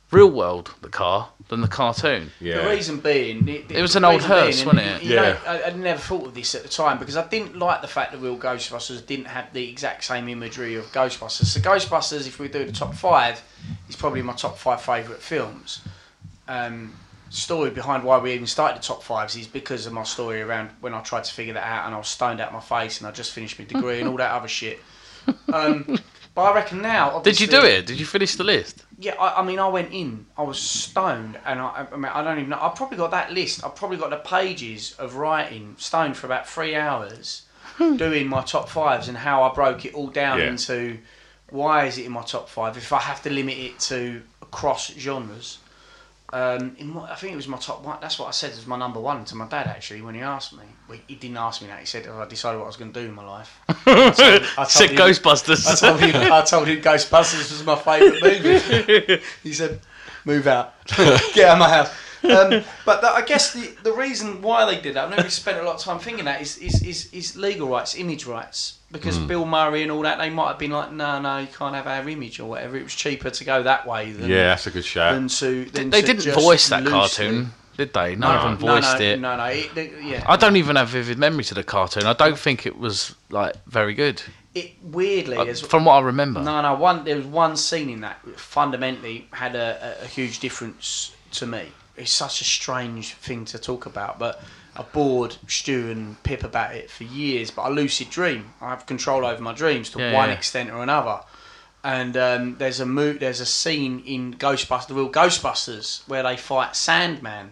real world the car than the cartoon. Yeah. The reason being, it, It was the an old reason being, hearse, and wasn't it? you know, Yeah. I, I never thought of this at the time because I didn't like the fact that Real Ghostbusters didn't have the exact same imagery of Ghostbusters. So Ghostbusters, if we do the top five, is probably my top five favourite films. Um, story behind why we even started the top fives is because of my story around when I tried to figure that out and I was stoned out my face and I just finished my degree and all that other shit. *laughs* Um, but I reckon now. Did you obviously- do it? Did you finish the list? yeah, I, I mean, I went in. I was stoned, and I, I mean, I don't even know. I probably got that list. I probably got the pages of writing stoned for about three hours, doing my top fives and how I broke it all down Yeah. into why is it in my top five if I have to limit it to across genres. Um, in my, I think it was my top one. That's what I said was my number one to my dad actually when he asked me. Well, he didn't ask me that. He said "Oh, I decided what I was going to do in my life. I told- I Said told him- I Ghostbusters. told him, *laughs* I told him Ghostbusters was my favourite movie. he said, "Move out, *laughs* get out of my house." Um, but that, I guess the, the reason why they did that, I've never spent a lot of time thinking that, is is, is, is legal rights, image rights, because Hmm. Bill Murray and all that, they might have been like, "No, no, you can't have our image or whatever." It was cheaper to go that way than Yeah, that's a good shout. than to. Than they to didn't just voice that loosely- cartoon, did they? None of them No, voiced no, it. No, no, it, they- yeah. I don't even have vivid memories of the cartoon. I don't think it was like very good, It weirdly uh, as from what I remember. No, no. One there was one scene in that that fundamentally had a, a, a huge difference to me. It's such a strange thing to talk about, but I bored Stu and Pip about it for years. But I lucid dream. I have control over my dreams to Yeah, one yeah. extent or another. And um, there's a mo- there's a scene in Ghostbusters, the real Ghostbusters, where they fight Sandman,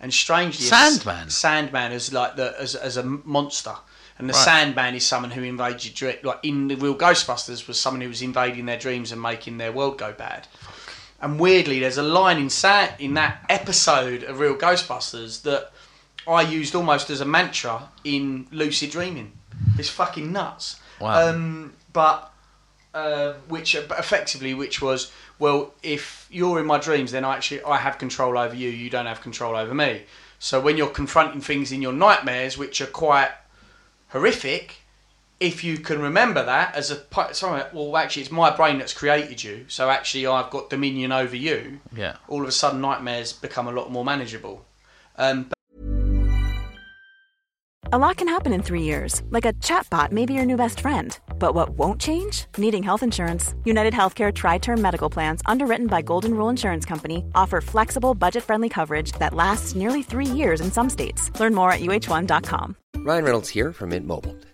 and strangely, Sandman? Sandman is like the as, as a monster, and the Right. Sandman is someone who invades your dream. Like in the real Ghostbusters, was someone who was invading their dreams and making their world go bad. And weirdly, there's a line in Sa- in that episode of Real Ghostbusters that I used almost as a mantra in lucid dreaming. It's fucking nuts. Wow. Um, but uh, which but effectively, which was, well, if you're in my dreams, then I actually I have control over you. You don't have control over me. So when you're confronting things in your nightmares, which are quite horrific, if you can remember that as a pi- sorry, well, actually, it's my brain that's created you. So actually, I've got dominion over you. Yeah. All of a sudden, nightmares become a lot more manageable. Um, A lot can happen in three years, like a chatbot may be your new best friend. But what won't change? Needing health insurance. United Healthcare Tri Term Medical Plans, underwritten by Golden Rule Insurance Company, offer flexible, budget friendly coverage that lasts nearly three years in some states. Learn more at uh1.com. Ryan Reynolds here from Mint Mobile.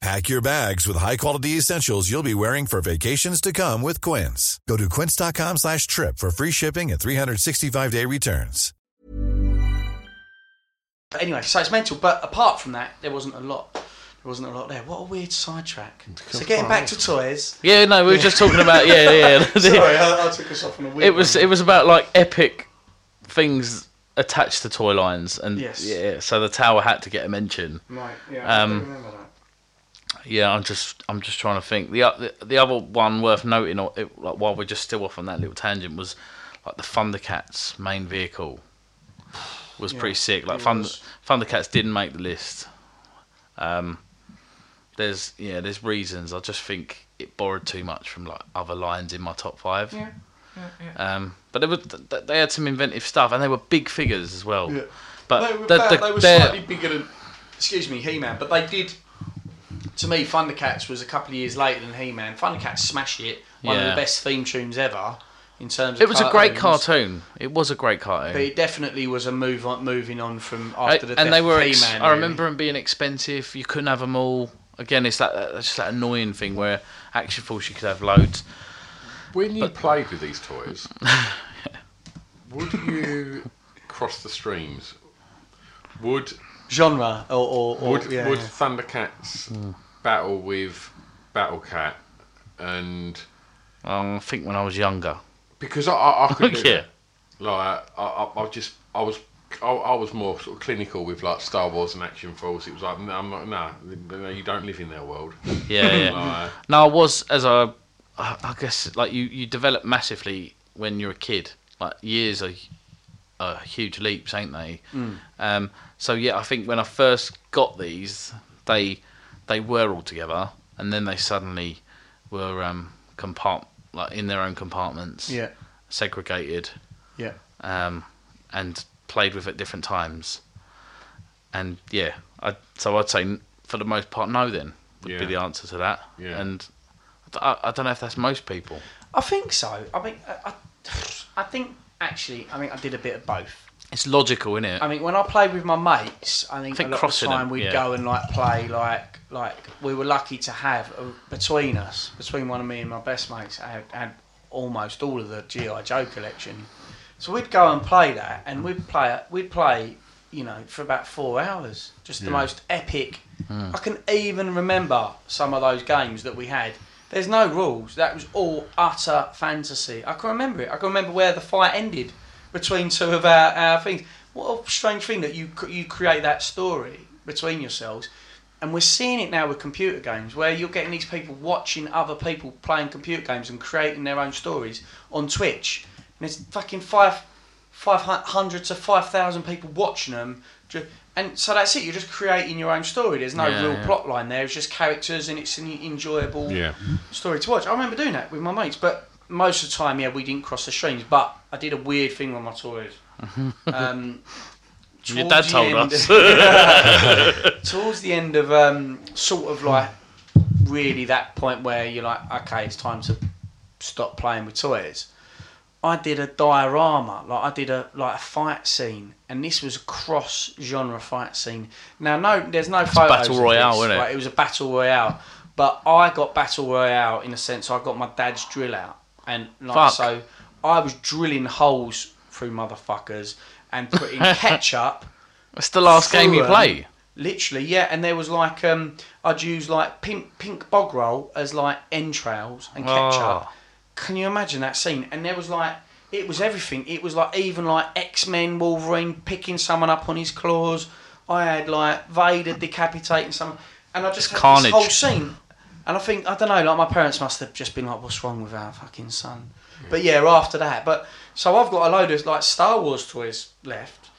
Pack your bags with high-quality essentials you'll be wearing for vacations to come with Quince. Go to quince.com slash trip for free shipping and 365-day returns. But anyway, so it's mental. But apart from that, there wasn't a lot. There wasn't a lot there. What a weird sidetrack. So getting back to *laughs* toys. Yeah, no, we were just talking about yeah, yeah. yeah. *laughs* *laughs* Sorry, I, I took us off on a weird. it was one. it was about like epic things attached to toy lines, and Yes. yeah, so the tower had to get a mention. Right. Yeah. um, I remember that. Yeah, I'm just I'm just trying to think. The o- the, the other one worth noting, or it, like while we're just still off on that little tangent, was like the Thundercats main vehicle was pretty sick. Like it Thund- was. Thundercats didn't make the list. Um, there's yeah, there's reasons. I just think it borrowed too much from like other lines in my top five. Yeah. Um, but they were th- th- they had some inventive stuff, and they were big figures as well. Yeah. But they were, the- about- the- they were their- slightly bigger than, excuse me, He Man, but they did. To me, Thundercats was a couple of years later than He Man. Thundercats smashed it. One of Yeah. the best theme tunes ever in terms of. it was a great cartoons. cartoon. It was a great cartoon. But it definitely was a move on, moving on from after I- the and they death were of ex- He-Man, I really. remember them being expensive. You couldn't have them all. Again, it's that that's just that annoying thing where Action Force you could have loads. When you played with these *laughs* toys, would you cross the streams? Would genre or, or, Oh, or- would yeah, would yeah. Thundercats battle with Battle Cat and? Um, I think when I was younger. because I, I, I could do Yeah. that. Like I, I, I just I was I, I was more sort of clinical with like Star Wars and Action Force. It was like no, I'm not, no, no, you don't live in their world. Yeah, yeah. Like, no, I was as a, I I guess like you you develop massively when you're a kid. Like years are, are huge leaps, ain't they? Mm. Um, so yeah, I think when I first got these, they they were all together, and then they suddenly were um compart like in their own compartments. Yeah. Segregated. Yeah. Um, and played with at different times. And yeah, I so I'd say n- for the most part, no. Then would Yeah. be the answer to that. Yeah. And I, I don't know if that's most people. I think so. I mean, I, I, I think actually, I mean, I did a bit of both. It's logical, isn't it? I mean, when I played with my mates, I think, I think a lot of the crossing time them, we'd yeah. go and like play like like we were lucky to have uh, between us, between one of me and my best mates, I had, had almost all of the GI Joe collection. So we'd go and play that, and we'd play it- we'd play you know for about four hours, just the Yeah. most epic. Hmm. Mm. I can even remember some of those games that we had. There's no rules. That was all utter fantasy. I can remember it. I can remember where the fight ended between two of our, our things. What a strange thing that you cr- you create that story between yourselves, and we're seeing it now with computer games, where you're getting these people watching other people playing computer games and creating their own stories on Twitch, and it's fucking five, five hundred to five thousand people watching them, ju- and so that's it. You're just creating your own story. There's no Yeah, real yeah. plot line there. It's just characters, and it's an enjoyable Yeah. story to watch. I remember doing that with my mates, but most of the time, yeah, we didn't cross the streams. But I did a weird thing with my toys. Um, towards Your dad the told end- *laughs* *laughs* us. towards the end of um, sort of like really that point where you're like, okay, it's time to stop playing with toys. I did a diorama, like I did a like a fight scene, and this was a cross genre fight scene. Now, no, there's no photos. battle of royale, this, isn't it? right? It was a battle royale, but I got battle royale in a sense. I got my dad's drill out, and like Fuck. so, I was drilling holes through motherfuckers and putting ketchup. That's the last game you through 'em. play. Literally, yeah. And there was like um, I'd use like pink pink bog roll as like entrails and ketchup. Oh. Can you imagine that scene? And there was like it was everything. It was like even like X Men Wolverine picking someone up on his claws. I had like Vader decapitating someone, and I just It's had this carnage. whole scene. And I think I don't know, like my parents must have just been like, "What's wrong with our fucking son?" But yeah, after that, but so I've got a load of like Star Wars toys left.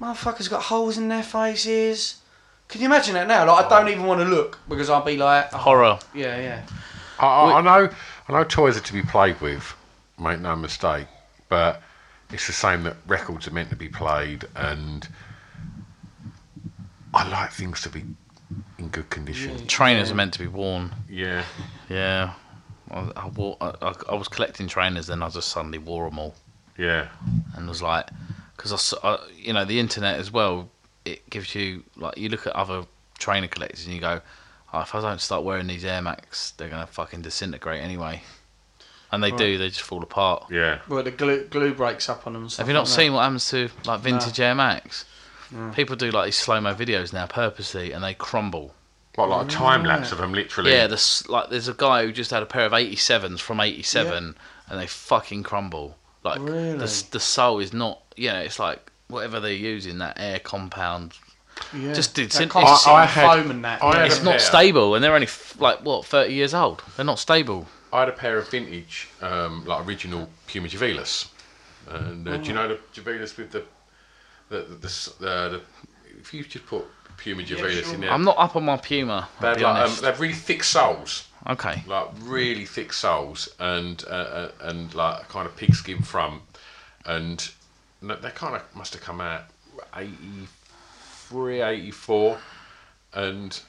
Motherfuckers got holes in their faces. Can you imagine that now? Like I don't even want to look because I'll be like oh, Horror. Yeah, yeah. I, I, I know I know toys are to be played with, make no mistake, but it's the same that records are meant to be played, and I like things to be in good condition. Trainers are meant to be worn. Yeah. Yeah. I, I, wore, I, I, I was collecting trainers, then I just suddenly wore them all. Yeah. And was like, because I, s- I- you know, the internet as well, it gives you, like, you look at other trainer collectors and you go, oh, if I don't start wearing these Air Max, they're going to fucking disintegrate anyway. And they do, Right. they just fall apart. Yeah. Well, the glue glue breaks up on them. and stuff Have you not like that. seen what happens to like vintage Air Max? No. People do like these slow mo videos now purposely, and they crumble. What, like a time lapse of them, literally? Yeah, there's like there's a guy who just had a pair of 87s from 87, and they fucking crumble. Like the s- the sole is not, you know, it's like whatever they're using that air compound. Yeah. Just did That composite I- I had- foam and that. I had it's a not pair. stable, and they're only f- like what 30 years old. They're not stable. I had a pair of vintage, um, like original Puma Javelas. And uh, do you know the Javelas with the the the, the, s- the, the if you just put Puma Javelas in there, I'm not up on my Puma. They I'll have, be like, um, honest. they have really thick soles. Okay. Like really thick soles and uh, uh, and like a kind of pigskin front, and no- they kind of must have come out 83, 84, and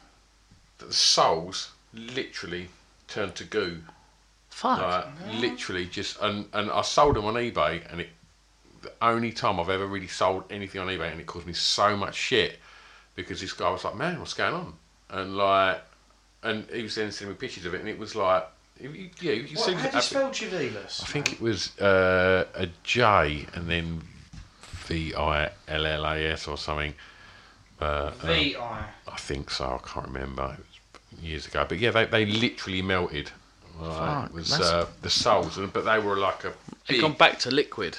the soles literally turned to goo. Fuck. Like, Literally just and and I sold them on eBay, and it the only time I've ever really sold anything on eBay, and it caused me so much shit because this guy was like, "Man, what's going on?" And like, and he was then sending me pictures of it, and it was like, you- you- yeah, you can What, see. how do you spell Javilis? I think it was uh, a J and then V I L L A S or something. Uh, uh, V.I.. I think so. I can't remember. It was years ago, but yeah, they, they literally melted. Like, Fuck, it was that's- uh, the souls, and- but they were like a. It gone back to liquid.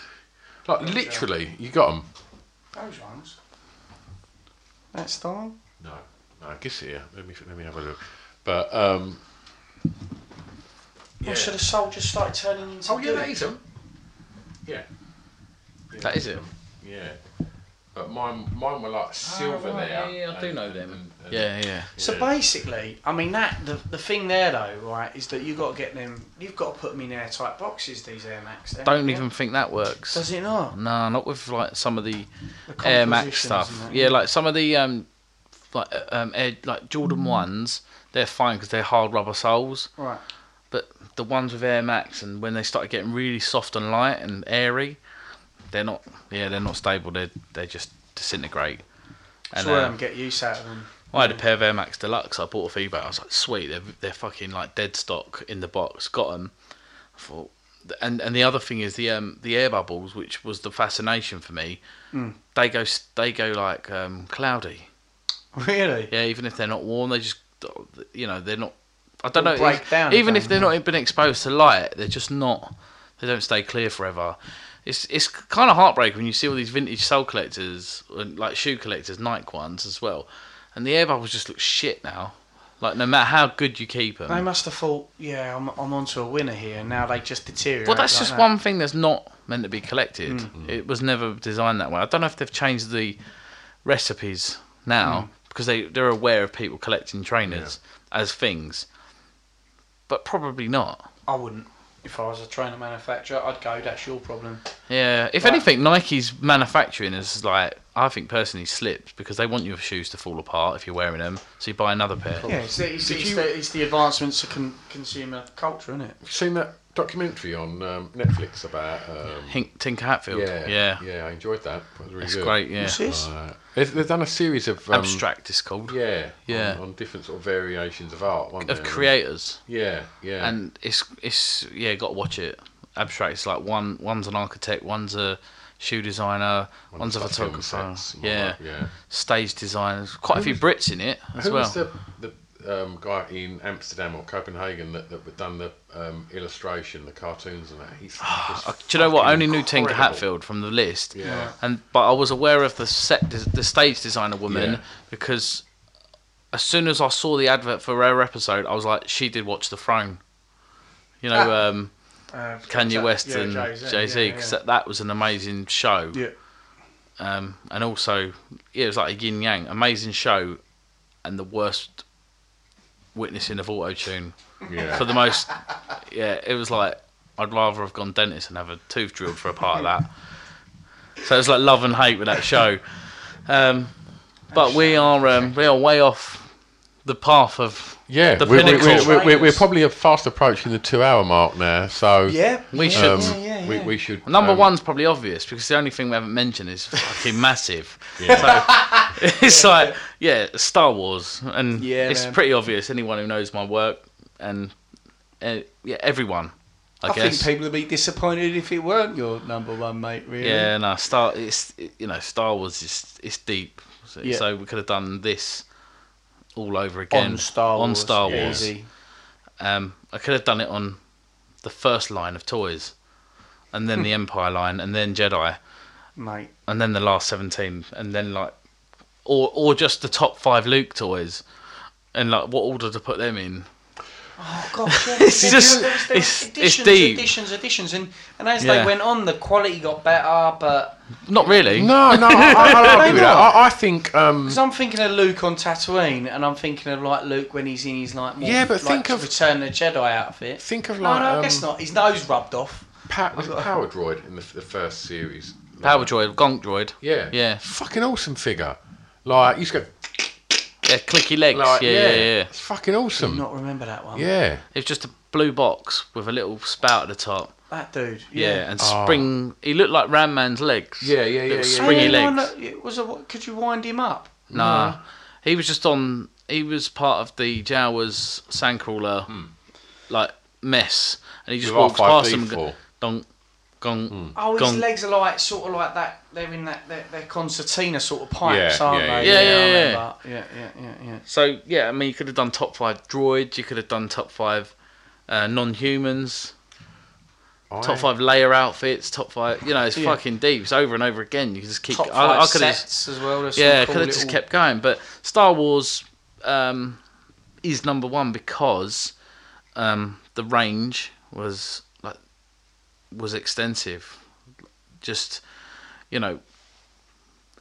Like Oh, literally, you got them. Those ones. That style? No, no, I guess yeah. Let me let me have a look. But um, Or should a soul just start turning into Oh, yeah, goo? that is 'em. yeah, That is it. yeah. But mine mine were like silver Ah, right, there. yeah, yeah, I do know them. Yeah, yeah. So basically, I mean that the, the thing there though, right, is that you got to get them. You've got to put them in airtight boxes. These Air Max. There, Don't yeah? even think that works. Does it not? No, not with like some of the, The Air Max compositions stuff. and that, Yeah, yeah. like some of the um, like uh, um, Air, like Jordan ones, they're fine because they're hard rubber soles. Right. But the ones with Air Max and when they started getting really soft and light and airy, they're not. Yeah, they're not stable. They they just disintegrate. That's uh, where I'm um, get use out of them. *laughs* I had a pair of Air Max Deluxe I bought off eBay. I was like, sweet, they're, they're fucking like dead stock in the box. Got them. I thought, and and the other thing is the um the air bubbles, which was the fascination for me. Mm. They go s- they go like um cloudy. Really? Yeah, even if they're not warm, they just you know they're not. I don't They'll know. break if- down even if they're again, not been exposed to light, they're just not. They don't stay clear forever. It's it's kind of heartbreaking when you see all these vintage soul collectors, and, like shoe collectors, Nike ones as well, and the air bubbles just look shit now. Like no matter how good you keep them, They must have thought, yeah, I'm, I'm onto a winner here, and now they just deteriorate. Well, that's like just that. one thing that's not meant to be collected. Mm. It was never designed that way. I don't know if they've changed the recipes now Mm. because they they're aware of people collecting trainers as things, but probably not. I wouldn't. If I was a trainer manufacturer, I'd go. That's your problem. Yeah. If Right. anything, Nike's manufacturing is like I think personally slipped because they want your shoes to fall apart if you're wearing them, so you buy another pair. Yeah, it's, it's, Did it's you- the, it's the advancements of con- consumer culture, isn't it? Have you seen that documentary on um, Netflix about um, Hink, Tinker Hatfield? Yeah, Yeah. yeah. I enjoyed that. It was really It's good. great, yeah. What's this? Uh, they've, they've done a series of um, Abstract, it's called. Yeah, Yeah. On, on different sort of variations of art. One of creators. Yeah, yeah. And it's it's yeah, got to watch it. Abstract. It's like one one's an architect, one's a shoe designer, one's, a like film photographer. sets and all Yeah. that, yeah. Stage designers. Quite a Who few was- Brits in it as Who well. was the, the um, guy in Amsterdam or Copenhagen that that done the um, illustration, the cartoons, and that? He's Uh, Do you know what? I only knew Tinker incredible. Hatfield from the list, Yeah. and but I was aware of the set, des- the stage designer woman, Yeah. because as soon as I saw the advert for her episode, I was like, she did watch The Throne. You know, Ah. um, Uh, Kanye Ja- West yeah, and Jay-Z, Jay Z, yeah, because yeah. that, that was an amazing show. Yeah. Um, and also, yeah, it was like a yin yang, amazing show, and the worst witnessing of auto tune. Yeah. For the most, yeah, it was like I'd rather have gone dentist and have a tooth drilled for a part of that. So it was like love and hate with that show. Um, but we are um, we are way off the path of Yeah, the we're, pinnacle. we're, we're, we're, we're probably fast approaching the two-hour mark now, so Yeah. We should. um, Yeah, yeah, We, yeah. we should. Number um, one's probably obvious because the only thing we haven't mentioned is *laughs* fucking massive. Yeah. So *laughs* it's like, yeah, Star Wars, and Yeah, it's man. pretty obvious. Anyone who knows my work, and uh, yeah, everyone, I, I, guess. think people would be disappointed if it weren't your number one, mate. Really? Yeah, no, Star. It's it- you know, Star Wars is it's deep. So, Yeah. so we could have done this all over again Star On Wars, Star yeah. Wars. Easy. Um, I could have done it on the first line of toys, *laughs* and then the Empire line, and then Jedi, mate. and then the last seventeen, and then like, or or just the top five Luke toys, and like what order to put them in. Oh gosh, yeah. It's There- just- there was- there was it's- it's additions, deep. additions, additions, and and as Yeah. they went on, the quality got better, but Not really. No, no, I, I, *laughs* I'll argue with that. I, I think. Um, Because I'm thinking of Luke on Tatooine, and I'm thinking of like Luke when he's in his like more Yeah, but like, think of- Return of the Jedi outfit. Think of no, like, no, I guess um, not. His nose rubbed off. Pa- was it Power Droid in the, the first series? Power droid, gonk droid. Yeah. Yeah. Fucking awesome figure. Like, you just go. Yeah, clicky legs. Like, yeah, yeah. yeah, yeah. It's fucking awesome. Do not remember that one. Yeah. It's just a blue box with a little spout at the top. That dude. Yeah, Yeah. and Oh. spring. He looked like Ram Man's legs. Ah. Yeah, yeah, yeah, Little yeah, springy Hey, legs. no, no, it was a, could you wind him up? Nah. He was just on he was part of the Jawas Sandcrawler like mess, and he just Hmm. With walks past them. And R5D4. go, dong, Hmm. gong, Oh, his gong. legs are like sort of like that. They're in that they're, they're concertina sort of pipes, Yeah, aren't yeah, they? yeah, I yeah, yeah. remember. yeah, yeah, yeah, yeah. So yeah, I mean, you could have done top five droids. You could have done top five uh, non-humans. I- Top five layer outfits, top five, you know, it's Yeah. fucking deep. It's over and over again. You can just keep. Top I, I five could have- sets as well. there's yeah, some could cool have just little- kept going. But Star Wars um, is number one because um, the range was like was extensive. Just you know,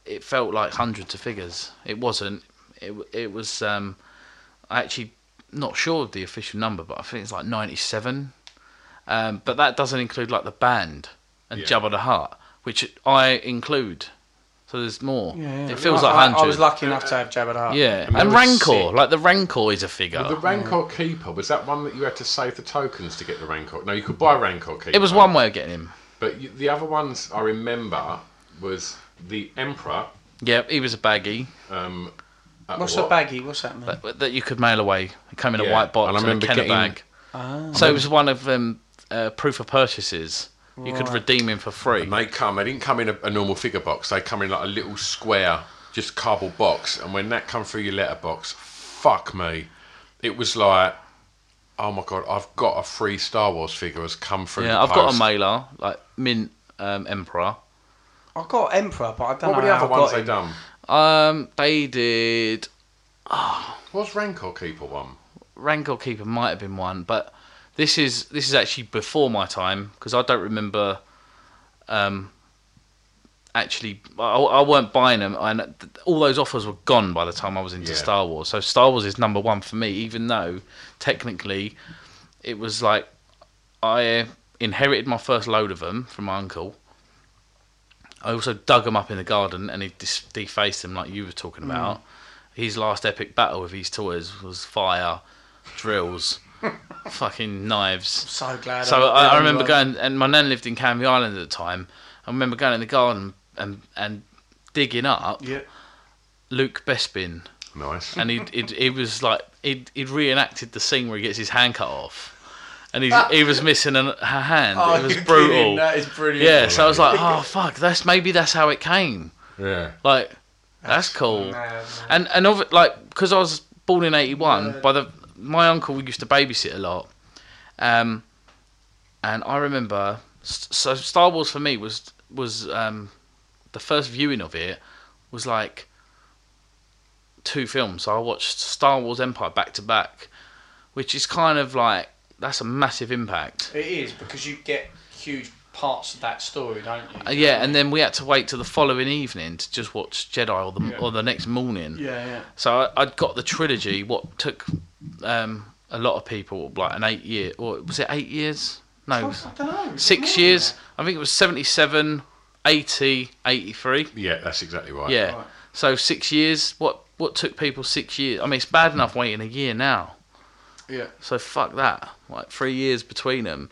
it felt like hundreds of figures. It wasn't. It w- it was. Um, I actually not sure of the official number, but I think it's like ninety seven. Um, but that doesn't include like the band and Yeah. Jabba the Hutt, which I include. So there's more. Yeah, yeah. It feels I, like I- hundred. I was lucky enough to have Jabba the Hutt. Yeah, And and, that was Rancor, sick. like the Rancor is a figure. Well, the Rancor Keeper was that one that you had to save the tokens to get the Rancor. No, you could buy Rancor Keeper. It was one way of getting him. But you, the other ones I remember was the Emperor. Yep, he was a baggy. Um, uh, What's what? a baggy? What's that mean? That, that you could mail away. It came in a Yeah, white box and I and, remember a Kenner getting- bag. Ah. So it was one of um, uh, proof of purchases. You could Right. redeem him for free. And they come. They didn't come in a, a normal figure box. They come in like a little square, just cardboard box. And when that come through your letterbox, fuck me, it was like, oh my god, I've got a free Star Wars figure has come through. yeah, the I've got a post. mailer, like Mint um, Emperor. I got Emperor, but I don't What were know the how other I ones got they him. done? Um, they did Was Rancor Keeper one? Rancor Keeper might have been one, but this is this is actually before my time because I don't remember. Um, actually, I, I weren't buying them, and th- all those offers were gone by the time I was into Yeah. Star Wars. So Star Wars is number one for me, even though technically it was like I inherited my first load of them from my uncle. I also dug them up in the garden and he dis- defaced them, like you were talking about. His last epic battle with his toys was fire, drills, fucking knives. So glad. So I'm- I, I I'm remember glad. going, and my nan lived in Canvey Island at the time. I remember going in the garden and and digging up Yeah. Luke Bespin. Nice. And he he he was like he he reenacted the scene where he gets his hand cut off. And he's, *laughs* he was missing an, a hand. Oh, it was you're kidding. brutal. That is brilliant. Yeah, so I *laughs* was like, oh fuck, that's maybe that's how it came. Yeah. Like that's, cool. And and of, like because I was born in eighty one, by the my uncle used to babysit a lot, um, and I remember s- so Star Wars for me was was um, the first viewing of it was like two films. So I watched Star Wars Empire back to back, which is kind of like that's a massive impact. It is because you get huge parts of that story, don't you? Uh, yeah, and then we had to wait till the following evening to just watch Jedi or the Yeah. or the next morning. Yeah, yeah. So I, I'd got the trilogy. What took um, a lot of people like an eight year or was it eight years? No, I don't know. six years. I think it was 77, 80, 83. Yeah, that's exactly right. Yeah. So six years. What what took people six years? I mean, it's bad enough waiting a year now. Yeah. So fuck that. Like three years between them,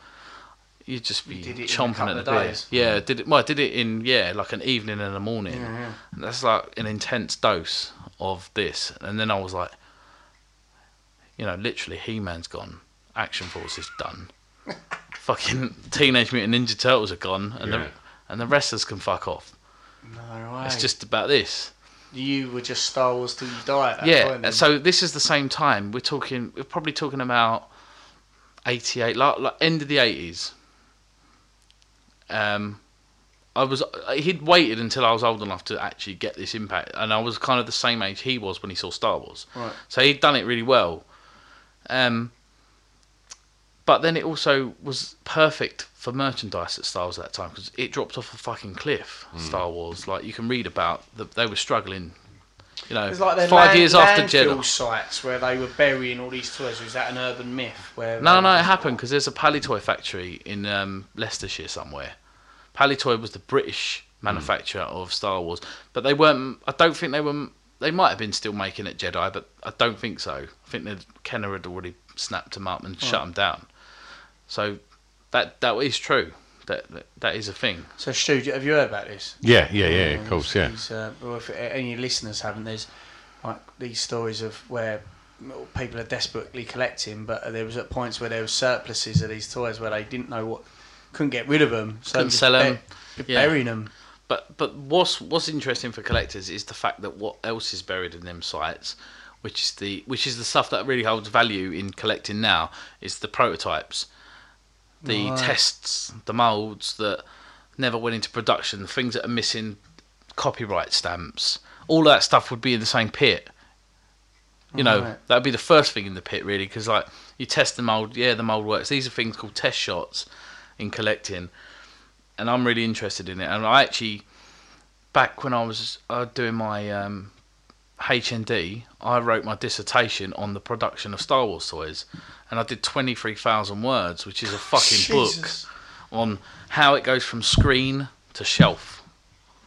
you'd just be did it in a chomping couple at of the bit. days. Yeah, did it. Well, I did it in yeah, like an evening and a morning. Yeah, yeah. And that's like an intense dose of this, and then I was like, you know, literally, He Man's gone, Action Force is *laughs* done, fucking Teenage Mutant Ninja Turtles are gone, and Yeah. the and the wrestlers can fuck off. No way. It's just about this. you were just Star Wars till you die. At that yeah. Point, then. So this is the same time we're talking. We're probably talking about eighty-eight, like, like end of the eighties. Um, I was uh, he'd waited until I was old enough to actually get this impact, and I was kind of the same age he was when he saw Star Wars. Right. So he'd done it really well. Um, but then it also was perfect for merchandise at Star Wars at that time because it dropped off a fucking cliff. Mm. Star Wars, like you can read about, that they were struggling. You know, It's like their five land- years after landfill Jedi. sites where they were burying all these toys. Was that an urban myth? Where No, they- no, it happened because there's a Palitoy factory in um, Leicestershire somewhere. Palitoy was the British Hmm. manufacturer of Star Wars, but they weren't. I don't think they were. They might have been still making it Jedi, but I don't think so. I think that Kenner had already snapped them up and shut 'em shut Right. them down. So that that is true. That that, that is a thing. So, Stu, have you heard about this? Um, Yeah, yeah, yeah, of course, yeah. He's, uh, well, if any listeners haven't, there's like these stories of where people are desperately collecting, but there was at points where there were surpluses of these toys where they didn't know what, couldn't get rid of them, so couldn't just sell them, bur- burying them. But but what's what's interesting for collectors is the fact that what else is buried in them sites, which is the which is the stuff that really holds value in collecting now, is the prototypes, the Right. tests, the molds that never went into production, the things that are missing, copyright stamps, all that stuff would be in the same pit. You know, Right. that'd be the first thing in the pit, really, because like you test the mold, yeah, the mold works. These are things called test shots in collecting, and I'm really interested in it. And I actually, back when I was uh, doing my um, HND, I wrote my dissertation on the production of Star Wars toys, and I did 23,000 words, which is a fucking book Jesus. on how it goes from screen to shelf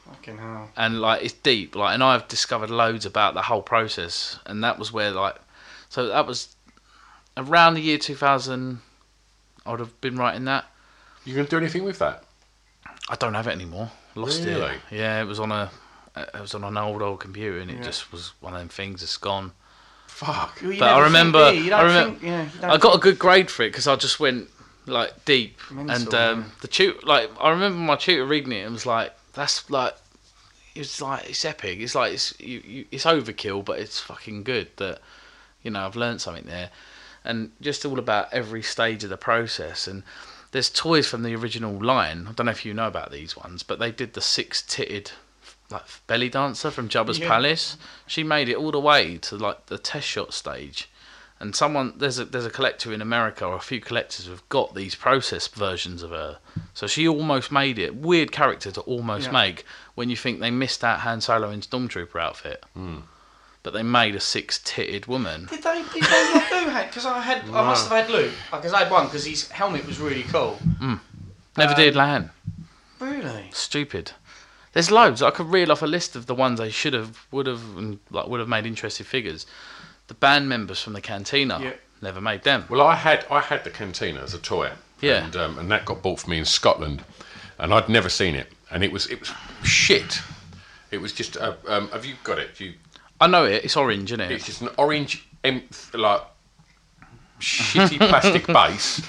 Fucking hell. and like it's deep like and i've discovered loads about the whole process and that was where like so that was around the year 2000 i would have been writing that you gonna do anything with that i don't have it anymore lost Really? it yeah it was on a it was on an old old computer and it Yeah. just was one of them things it's gone fuck Well, you but never i think, remember do you? You don't i remember think- yeah, you don't i got a think. good grade for it because i just went like deep Mental, and um, the tutor like i remember my tutor reading it and was like that's like it's like it's epic. It's like it's you, you it's overkill, but it's fucking good that you know I've learned something there, and just all about every stage of the process. And there's toys from the original line. I don't know if you know about these ones, but they did the six titted like belly dancer from Jabba's Yeah. palace. She made it all the way to like the test shot stage. And someone there's a there's a collector in America or a few collectors who've got these process versions of her. So she almost made it. Weird character to almost Yeah. make when you think they missed out Han Solo in Stormtrooper outfit. Hmm. But they made a six titted woman. Did they, did they not do that? Because I had, I must have had Luke. Because I had one because his helmet was really cool. Mm. Um, Never did land. Really? Stupid. There's loads. I could reel off a list of the ones they should have, would have, and like would have made interesting figures. The band members from the Cantina Yeah. never made them. Well, I had I had the Cantina as a toy. Yeah. And, um, and that got bought for me in Scotland, and I'd never seen it, and it was it was shit. It was just. Uh, um, have you got it? Do you? I know it. It's orange, isn't it? *laughs* It's just an orange, em- like shitty plastic base,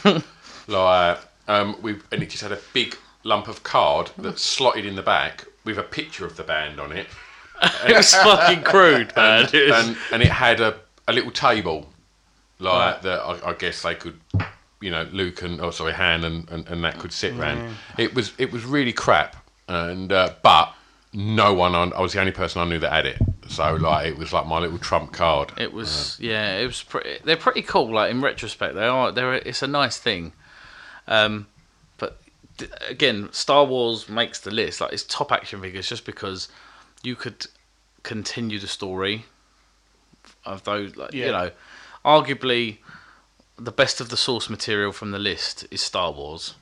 like um, we and it just had a big lump of card that slotted in the back with a picture of the band on it. It was fucking crude, man. And, It was- and, and it had a, a little table, like Right. that. I, I guess they could, you know, Luke and oh sorry, Han and, and, and that could sit Mm. round. It was it was really crap, and uh, but no one on. I was the only person I knew that had it, so like it was like my little trump card. It was yeah, it was pretty. They're pretty cool. Like in retrospect, they are. They're it's a nice thing. Um, but d- again, Star Wars makes the list. Like it's top action figures just because you could continue the story of those. Like you Yeah. know, arguably the best of the source material from the list is Star Wars.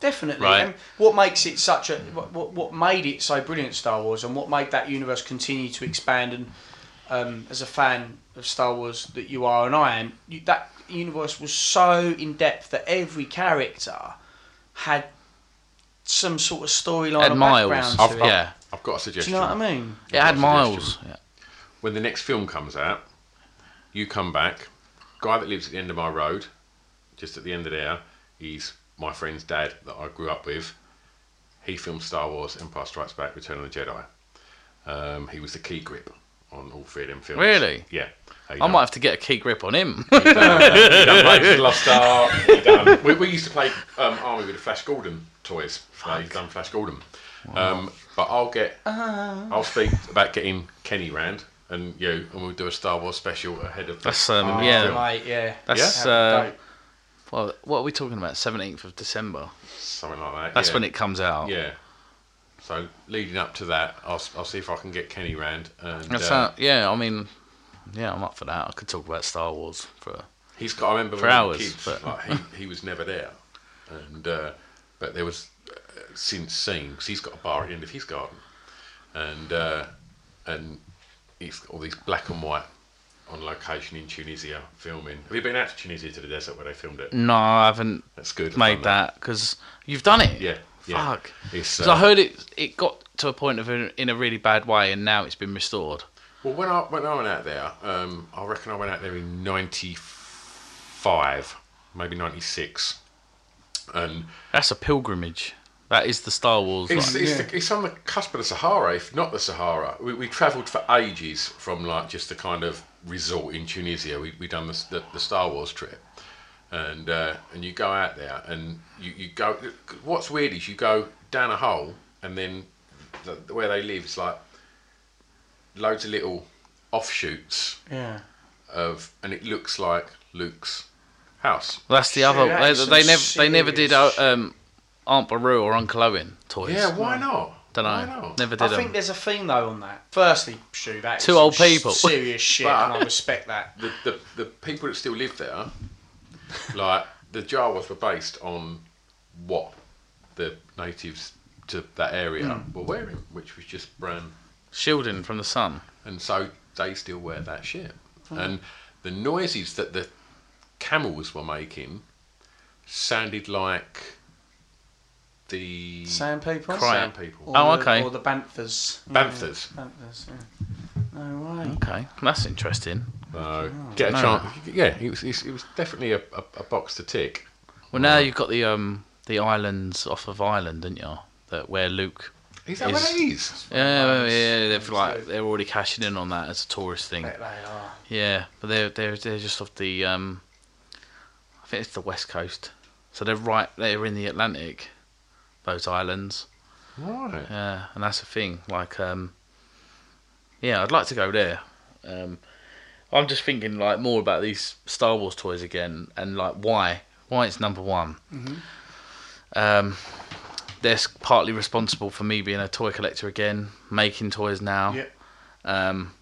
Definitely. Right. And what makes it such a what, what- what made it so brilliant, Star Wars, and what made that universe continue to expand? And um, as a fan of Star Wars that you are, and I am, you, that universe was so in depth that every character had some sort of storyline. or background to I've, it. I've- I've got a suggestion. Do you know what I mean? It I've had got a miles, suggestion. When the next film comes out, you come back. Guy that lives at the end of my road, just at the end of there, he's my friend's dad that I grew up with. He filmed Star Wars, Empire Strikes Back, Return of the Jedi. Um, he was the key grip on all three of them films. Really? Yeah. How you I done? might have to get a key grip on him. You done Raiders of the Lost *laughs* Ark, you done- We, we used to play um, Army with the Flash Gordon toys. Like, he's done Flash Gordon. Um, but I'll get, Ah. I'll speak about getting Kenny round and you, and we'll do a Star Wars special ahead of. the- That's um, the *laughs* yeah, film. That's Yeah? uh, well, what are we talking about? Seventeenth of December. something like that. That's yeah. when it comes out. Yeah. So leading up to that, I'll, s- I'll see if I can get Kenny round. And That's uh, how- yeah, I mean, yeah, I'm up for that. I could talk about Star Wars for. He's got. I remember for when hours. we were kids, but like, he, he was never there, and uh, but there was uh, since seen because he's got a bar at the end of his garden, and uh, and he's got all these black and white on location in Tunisia filming. Have you been out to Tunisia to the desert where they filmed it? no, I haven't. That's good. Made that because you've done it. Yeah, yeah. Fuck. It's, Because uh, I heard it. It got to a point of in, in a really bad way, and now it's been restored. Well, when I when I went out there, um, I reckon I went out there in '95, maybe '96, and that's a pilgrimage. That is the Star Wars. It's, like- it's, the, it's on the cusp of the Sahara, if not the Sahara. We, we travelled for ages from like just the kind of resort in Tunisia. We we done the, the, the Star Wars trip, and uh, and you go out there and you, you go. What's weird is you go down a hole and then the, where they live is like loads of little offshoots Yeah. of, and it looks like Luke's house. Well, that's the other. they, they never they never did uh, um, Aunt Beru or Uncle Owen toys. Yeah, why not? Don't know. Why not? Never I did think them. there's a theme though on that. Firstly, Shu, that is Two some old sh- people. serious shit, But- and *laughs* I respect that. The, the, the people that still live there, like the Jawas were based on what the natives to that area Mm. were wearing, which was just brown shielding from the sun. And so they still wear that shit. Mm. And the noises that the camels were making sounded like the Sand people. Sand people. Or Oh, the- Or the Banthas. Yeah, Banthas. Banthas. Yeah. No way. Okay, that's interesting. No, Get a chance. Yeah, it was, it was definitely a, a, a box to tick. Well, now you've got the um the islands off of Ireland, didn't you? That where Luke. Is that where that is? Yeah, well, yeah, they're like they're already cashing in on that as a tourist thing. Bet they are. Yeah, but they're they're they're just off the um, I think it's the west coast, so they're right they're in the Atlantic, those islands. Right. Yeah, and that's the thing. Like um, yeah, I'd like to go there. Um, I'm just thinking like more about these Star Wars toys again, and like why why it's number one. Mhm. Um, they're s- partly responsible for me being a toy collector again, making toys now. Yep. Um,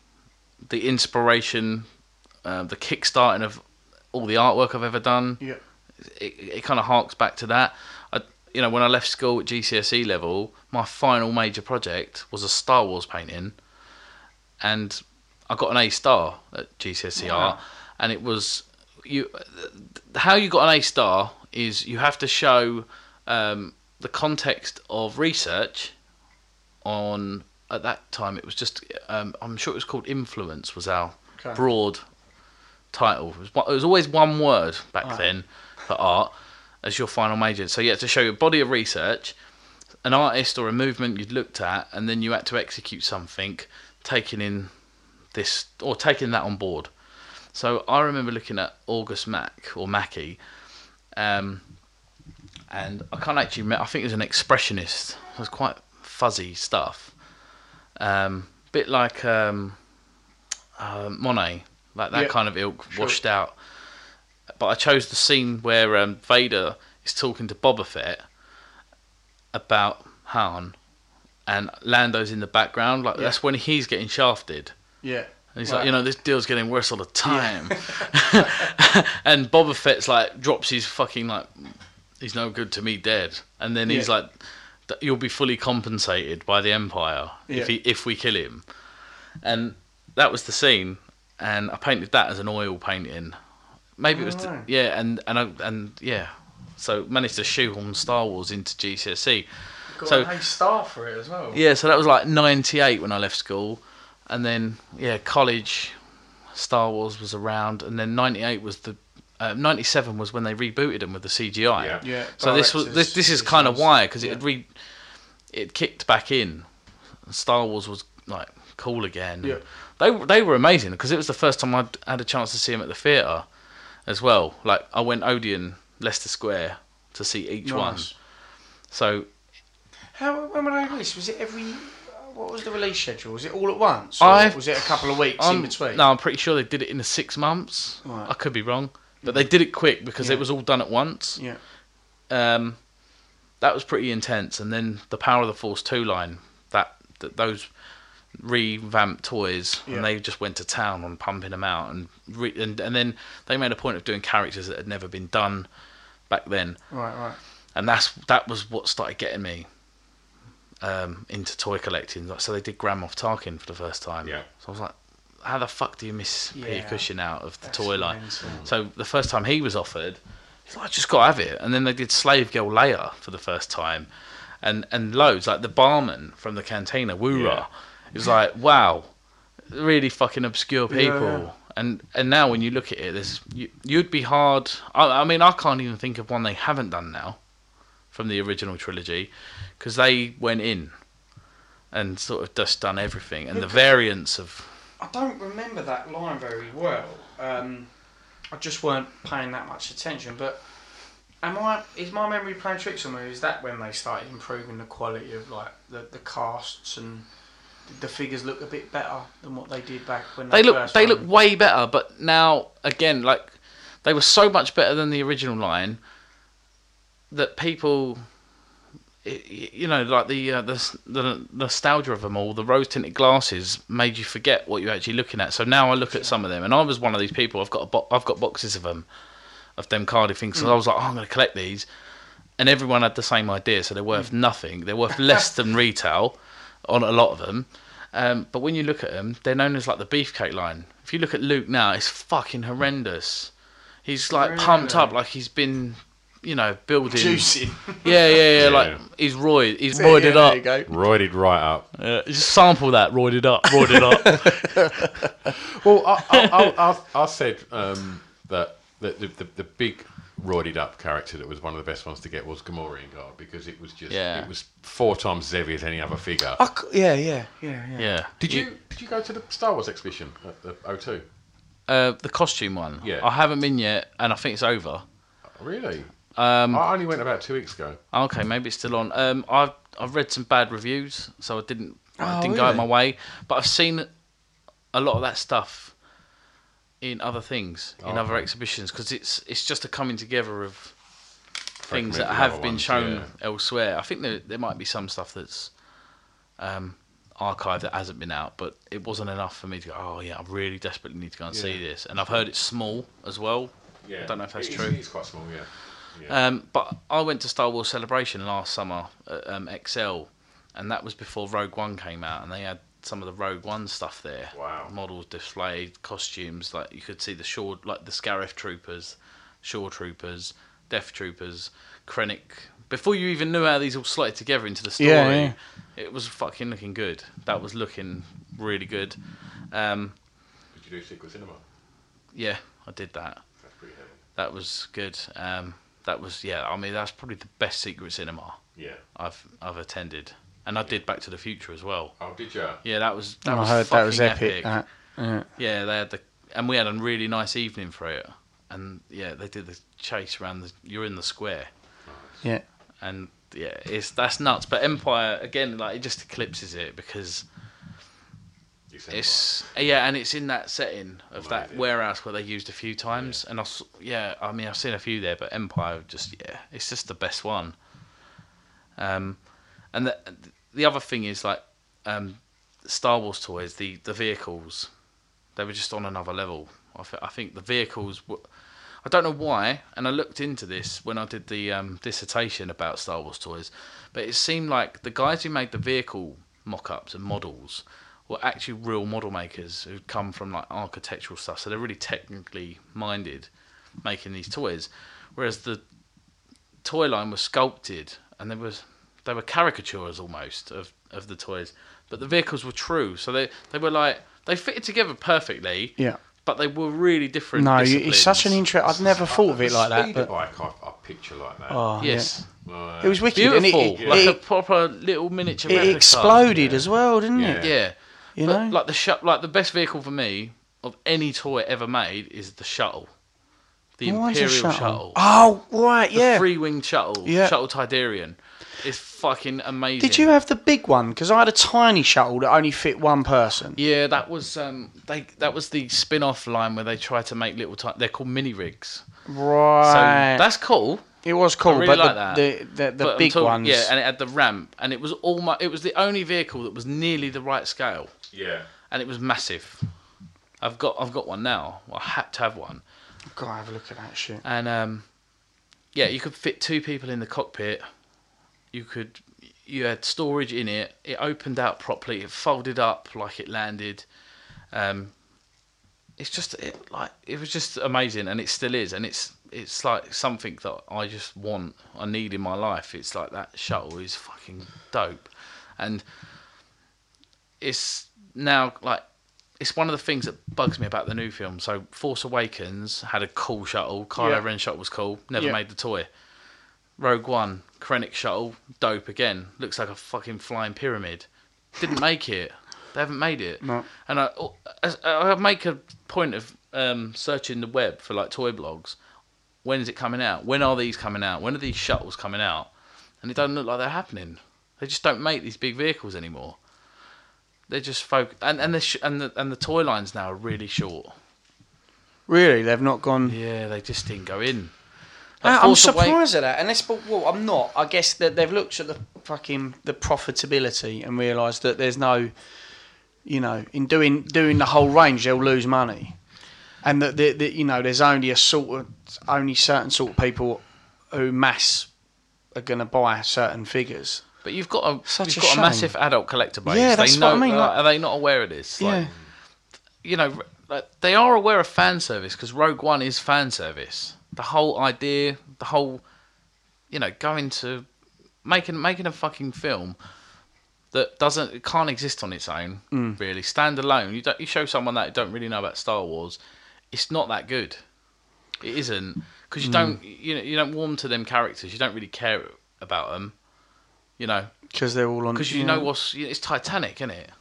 the inspiration, uh, the kickstarting of all the artwork I've ever done. Yep. It, it kind of harks back to that. I, you know, when I left school at GCSE E level, my final major project was a Star Wars painting, and I got an A star at GCSE Wow. E art, and it was you. How you got an A star is you have to show um, the context of research on at that time it was just um, I'm sure it was called influence was our Okay. broad title. It was, one- it was always one word back Right. then for art as your final major. So you had to show your body of research, an artist or a movement you'd looked at, and then you had to execute something, taking in this or taking that on board. So I remember looking at August Mack or Mackey, um, and I can't actually. remember I think it was an expressionist. It was quite fuzzy stuff, um, bit like um, uh, Monet, like that Yeah, kind of ilk, sure. washed out. But I chose the scene where um, Vader is talking to Boba Fett about Han, and Lando's in the background. Like Yeah. that's when he's getting shafted. Yeah. And he's Right. like, you know, this deal's getting worse all *laughs* the time. *laughs* and Boba Fett's like drops his fucking like, he's no good to me dead. And then he's Yeah. like, "Th- you'll be fully compensated by the Empire Yeah. if he if we kill him. And that was the scene. And I painted that as an oil painting. Maybe it was, Alright. yeah, and and I, and yeah. So managed to shoehorn Star Wars into GCSE. Got E. so an A star for it as well. yeah, so that was like 98 when I left school. And then, yeah, college, Star Wars was around. And then 98 was the. Uh, 97 was when they rebooted them with the CGI. Yeah. Yeah, So this was this, directors' this is kind of why because it Yeah. had re, it kicked back in. Star Wars was like cool again. Yeah. They they were amazing because it was the first time I had a chance to see them at the theatre, as well. Like I went Odeon Leicester Square to see each one. Nice. So How when were they released? Was it every? What was the release schedule? Was it all at once? Or I was it a couple of weeks I'm- in between? No, I'm pretty sure they did it in the six months. Right. I could be wrong, but they did it quick because Yeah. it was all done at once. Yeah. Um, that was pretty intense, and then the Power of the Force two line that, that those revamped toys, Yeah. and they just went to town on pumping them out, and, re- and and then they made a point of doing characters that had never been done back then Right, right. and that's that was what started getting me um, into toy collecting. Like, So they did Grand Moff Tarkin for the first time. Yeah. So I was like, how the fuck do you miss Peter Yeah. Cushing out of the That's toy line? mental. So the first time he was offered, he's like, I just got to have it. And then they did Slave Girl Leia for the first time, and and loads like the barman from the cantina, Woorah. It was like, wow, really fucking obscure Yeah, people. And and now when you look at it, there's you, you'd be hard. I, I mean, I can't even think of one they haven't done now from the original trilogy because they went in and sort of just done everything and the Look- variants of I don't remember that line very well. Um, I just weren't paying that much attention. But am I? Is my memory playing tricks on me? Is that when they started improving the quality of like the, the casts and the figures look a bit better than what they did back when they they, look first they ran? *laughs* look way better but now again like they were so much better than the original line that people y- y- you know like the uh, the, s- the nostalgia of them all the rose tinted glasses made you forget what you're actually looking at so now i look at some of them and i was one of these people i've got a bo- i've got boxes of them of them cardiff things so Mm. i was like oh, i'm going to collect these and everyone had the same idea so they're worth Hmm. nothing they're worth less *laughs* than retail on a lot of them. Um, but when you look at them, they're known as like the beefcake line. If you look at Luke now, it's fucking horrendous. He's like pumped up, like he's been, you know, building. Juicing. Yeah, yeah, yeah. Yeah. Like he's roid, he's Yeah, roided yeah, there up. you go. Roided right up. Yeah, just sample that, roided up, roided *laughs* *laughs* up. well, I, I, I, I, I said um, that that the, the, the big roided up character that was one of the best ones to get was Gamorrean Guard because it was just Yeah. it was four times as heavy as any other figure. yeah, yeah, yeah, yeah. Did you did you go to the Star Wars exhibition at the O2? Uh, the costume one. Yeah. I haven't been yet, and I think it's over. Really? Um, I only went about two weeks ago. Okay, maybe it's still on. Um, I've I've read some bad reviews, so I didn't I Oh, didn't go out really? my way. But I've seen a lot of that stuff in other things, in Oh, other okay. exhibitions, because it's it's just a coming together of things that Fragmented have other been ones, shown yeah. elsewhere. I think there there might be some stuff that's um, archived that hasn't been out, but it wasn't enough for me to go. Oh yeah, I really desperately need to go and see Yeah. this. And I've heard it's small as well. Yeah. I don't know if that's It is- true. it is quite small, yeah. Um, but I went to Star Wars Celebration last summer at um, XL, and that was before Rogue One came out, and they had some of the Rogue One stuff there. Wow. Models displayed, costumes like you could see the shore, like the Scarif troopers, shore troopers, Death troopers, Krennic. Before you even knew how these all slotted together into the story, Yeah, yeah. it was fucking looking good. That was looking really good. Um, Did you do Secret Cinema? yeah, I did that. That's pretty heavy. That was good. Um, that was yeah. I mean, that's probably the best secret cinema. Yeah. I've I've attended, and I did Back to the Future as well. Oh, did you? Yeah, that was that I was heard that was fucking epic, that. Yeah. yeah, they had the and we had a really nice evening for it, and yeah, they did the chase around. The, you're in the square. Yeah. And yeah, it's that's nuts. But Empire again, like it just eclipses it because it's yeah, and it's in that setting of that warehouse where they used a few times, and I s- yeah, I mean I've seen a few there, but Empire just yeah, it's just the best one. Um, and the the other thing is like um, Star Wars toys, the the vehicles, they were just on another level. I, th- I think the vehicles were. I don't know why, and I looked into this when I did the um, dissertation about Star Wars toys, but it seemed like the guys who made the vehicle mock-ups and models were actually real model makers who'd come from like architectural stuff, so they're really technically minded making these toys, whereas the toy line was sculpted and there was they were caricatures almost of, of the toys, but the vehicles were true, so they they were like they fitted together perfectly, Yeah. but they were really different. No, you- disciplines. it's such an interest. I'd never thought of it like that. Speeder But bike, I, I picture like that. Oh, Yes. yeah. It was wicked, and it- Beautiful, it- like a it- proper little miniature. it replica. exploded as well, didn't yeah. it? Yeah. You But, like the shut, like the best vehicle for me of any toy ever made is the shuttle, the Why is a Imperial shuttle? shuttle? Oh, right, yeah. the three-winged shuttle, Yeah. shuttle Tiderian, is fucking amazing. Did you have the big one? Because I had a tiny shuttle that only fit one person. Yeah, that was um, they that was the spin-off line where they tried to make little. Ti- they're called mini rigs. Right. that's cool. It was cool, I really but like the, that. the, the, the But I'm big talking- ones. Yeah, and it had the ramp, and it was almost it was the only vehicle that was nearly the right scale. Yeah. and it was massive. I've got I've got one now. I had to have one, God, have a look at that shit. and um, yeah, you could fit two people in the cockpit. You could you had storage in it. It opened out properly. It folded up like it landed. Um, it's just it, like it was just amazing, and it still is, and it's it's like something that I just want, I need in my life. It's like that shuttle is fucking dope, and it's now like it's one of the things that bugs me about the new film. So Force Awakens had a cool shuttle. Kylo Yeah. Ren shuttle was cool. Never Yeah. made the toy. Rogue One, Krennic shuttle, dope again. Looks like a fucking flying pyramid. Didn't make it. They haven't made it. No. And I, oh, as- uh, I make a point of um, searching the web for like toy blogs. When is it coming out? When are these coming out? When are these shuttles coming out? And it doesn't look like they're happening. They just don't make these big vehicles anymore. They're just folk and and the sh- and the and the toy lines now are really short. Really, they've not gone. Yeah, they just didn't go in. Ah, Like I'm Force Awak- surprised at that, and that's but well, I'm not. I guess that they've looked at the fucking the profitability and realised that there's no, you know, in doing doing the whole range they'll lose money, and that, that, that you know there's only a sort of only certain sort of people who mass are going to buy certain figures. But you've got a Such you've a got shame. a massive adult collector base. Yeah, They that's know, what I mean, like, like- are they not aware of this? Like, Yeah. you know, r- like, they are aware of fan service because Rogue One is fan service. The whole idea, the whole, you know, going to making making a fucking film that doesn't it can't exist on its own Mm. really stand alone. You don't you show someone that don't really know about Star Wars, it's not that good. It isn't because you Mm. don't you know you don't warm to them characters. You don't really care about them. You know, because they're all on. Mm. because you yeah. know what's it's Titanic, isn't it?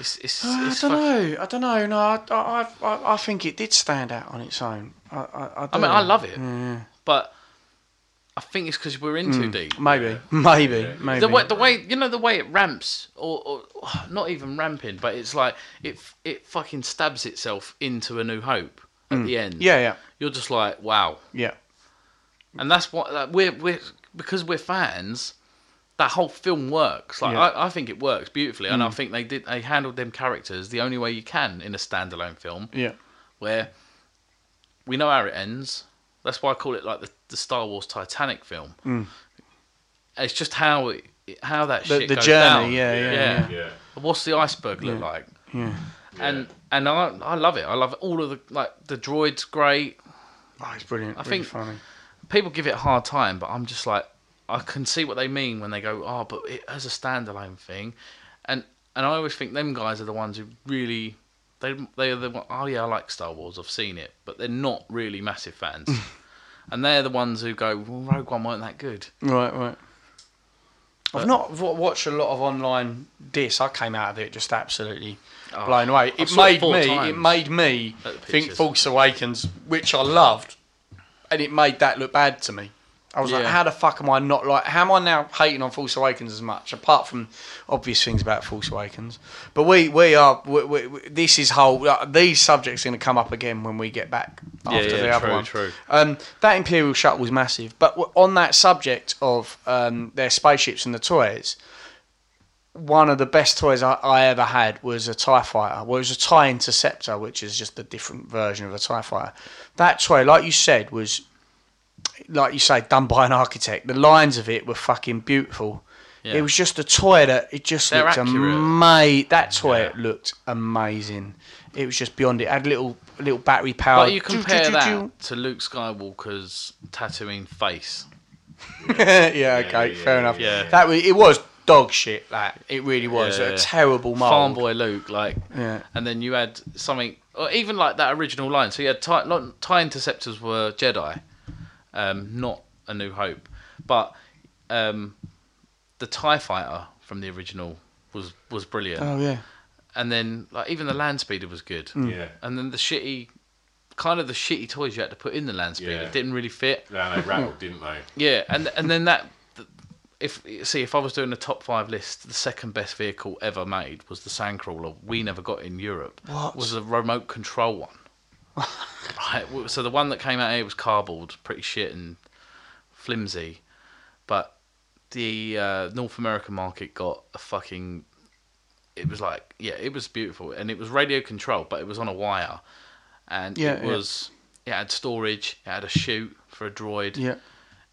It's it's, Uh, it's *sighs* I don't fuck- know. I don't know. No, I, I, I, I think it did stand out on its own. I, I, I, I do. mean, I love it, Yeah. but I think it's because we're in too Mm, deep. Maybe, *laughs* maybe, maybe. The way, the way you know the way it ramps, or, or *sighs* not even ramping, but it's like it it fucking stabs itself into a new hope at Mm. the end. Yeah, yeah. You're just like, wow. Yeah. And that's what like, we're we're because we're fans. That whole film works. Like Yeah. I, I think it works beautifully, and I Mm. think they did. They handled them characters the only way you can in a standalone film. Yeah. where we know how it ends. That's why I call it like the, the Star Wars Titanic film. Mm. It's just how it, how that The- shit the goes journey, down. yeah, yeah, yeah. What's the iceberg look Yeah. like? Yeah. And and I I love it. I love all of the like the droids great. Oh, it's brilliant. I really think funny. people give it a hard time, but I'm just like I can see what they mean when they go, oh, but it as a standalone thing, and and I always think them guys are the ones who really they they are the one, oh yeah I like Star Wars I've seen it, but they're not really massive fans, and they're the ones who go well, Rogue One weren't that good. Right, right. Uh, I've not w- watched a lot of online diss. I came out of it just absolutely Oh, blown away. I It saw it made four me. times It made me at the think pictures. Force Awakens, which I loved, and it made that look bad to me. I was like, Yeah. how the fuck am I not like? How am I now hating on Force Awakens as much? Apart from obvious things about Force Awakens, but we we are we, we, we- this is whole. Like, these subjects are going to come up again when we get back Yeah, after yeah, the other true, one. true. Um, that Imperial shuttle was massive, but w- on that subject of um, their spaceships and the toys, one of the best toys I, I ever had was a TIE fighter. Well, it was a TIE interceptor, which is just a different version of a TIE fighter. That toy, like you said, was, like you say, done by an architect. The lines of it were fucking beautiful. Yeah. It was just a toy that it just They're looked accurate. amazing. That toy looked amazing. It was just beyond it. Had little little battery power. But you compare that to Luke Skywalker's Tatooine face. *laughs* yeah, okay, fair enough. yeah. That was, it was dog shit. That it really was Yeah, a yeah. terrible mold. Farm boy Luke, like, Yeah. and then you had something, or even like that original line. So you had tie, not, tie interceptors were Jedi, um, not A New Hope, but um, the Tie Fighter from the original was was brilliant. Oh, yeah. and then like even the land speeder was good. Mm. Yeah. and then the shitty, kind of the shitty toys you had to put in the land speeder Yeah. didn't really fit. No, they rattled, didn't they? Yeah, and and then that, if see if I was doing a top five list, the second best vehicle ever made was the Sandcrawler. We never got in Europe. What? was the remote control one? *laughs* right. w- So the one that came out here was cardboard, pretty shit and flimsy, but the uh, North American market got a fucking. It was like yeah, it was beautiful, and it was radio controlled, but it was on a wire, and Yeah, it yeah. was. It had storage. It had a chute for a droid. Yeah.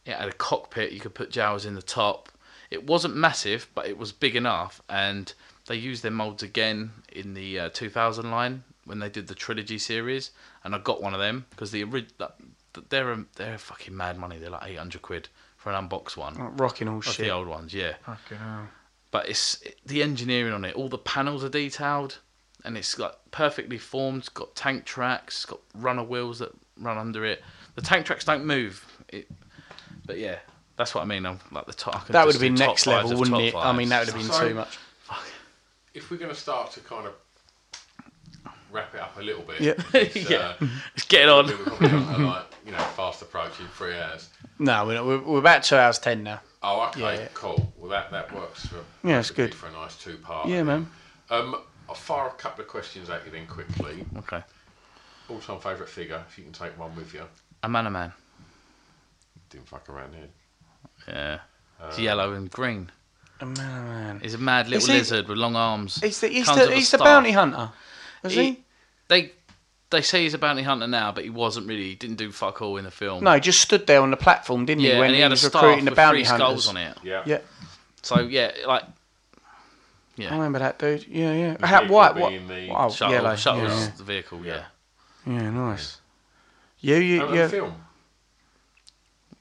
It had a cockpit. You could put jowls in the top. It wasn't massive, but it was big enough. And they used their molds again in the uh, 2000 line when they did the trilogy series. And I got one of them because the ori- that- that- they're a, they're fucking mad money. They're like 800 quid for an unboxed one. Like rocking all Of shit. The old ones, yeah. Fucking hell. But it's the engineering on it. All the panels are detailed. and it's like perfectly formed. It's got tank tracks, it's got runner wheels that run under it. The tank tracks don't move. It, but yeah, that's what I mean. I'm like the top. I could That would just have been do top next fives level, of wouldn't top it? I mean, that fives. would have been So- too much. If we're going to start to kind of wrap it up a little bit, Yeah. *laughs* it's, Yeah. uh, Let's get on. We're probably on a, like, you know, fast approaching three hours. No, we're, not, we're, we're about two hours ten now. Oh, okay, Yeah. cool. Well, that, that works for Yeah, it's perfectly good. for a nice two part. Yeah, man. Um, I'll fire a couple of questions at you then quickly. Okay. All time favourite figure, if you can take one with you. A man, a man. Didn't fuck around here. Yeah. it's Uh, yellow and green. A man, a Oh, man. He's a mad little Is he- lizard with long arms. He's the, he's Comes the, with a he's the staff. bounty hunter. Is he? They they say he's a bounty hunter now, but he wasn't really. He didn't do fuck all in the film. No, he just stood there on the platform, didn't yeah, he? When and he, had a was staff recruiting the with bounty three hunters skulls on it. Yeah. So yeah, like I Yeah. remember that dude. Yeah, yeah. The How, vehicle white, what? being the oh, shuttle- yellow. shuttles, yeah, the vehicle, yeah. yeah. Yeah, nice. You, you, Oh, and you. the film.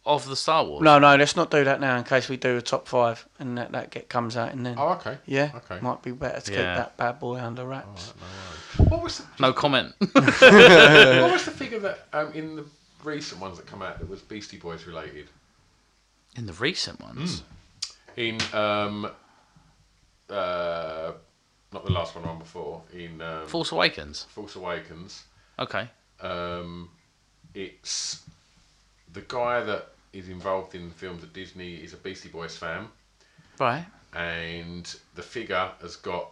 of the Star Wars. No, no, let's not do that now in case we do a top five and that, that get comes out and then. Oh, okay. Yeah. Okay. Might be better to Yeah. keep that bad boy under wraps. What was the *laughs* No comment. Uh, what was the figure that um, in the recent ones that come out that was Beastie Boys related? in the recent ones. Hmm. In um, uh, not the last one, one before. In um, Force Awakens. Force Awakens. Okay. Um, it's the guy that is involved in the films at Disney is a Beastie Boys fan, Right. and the figure has got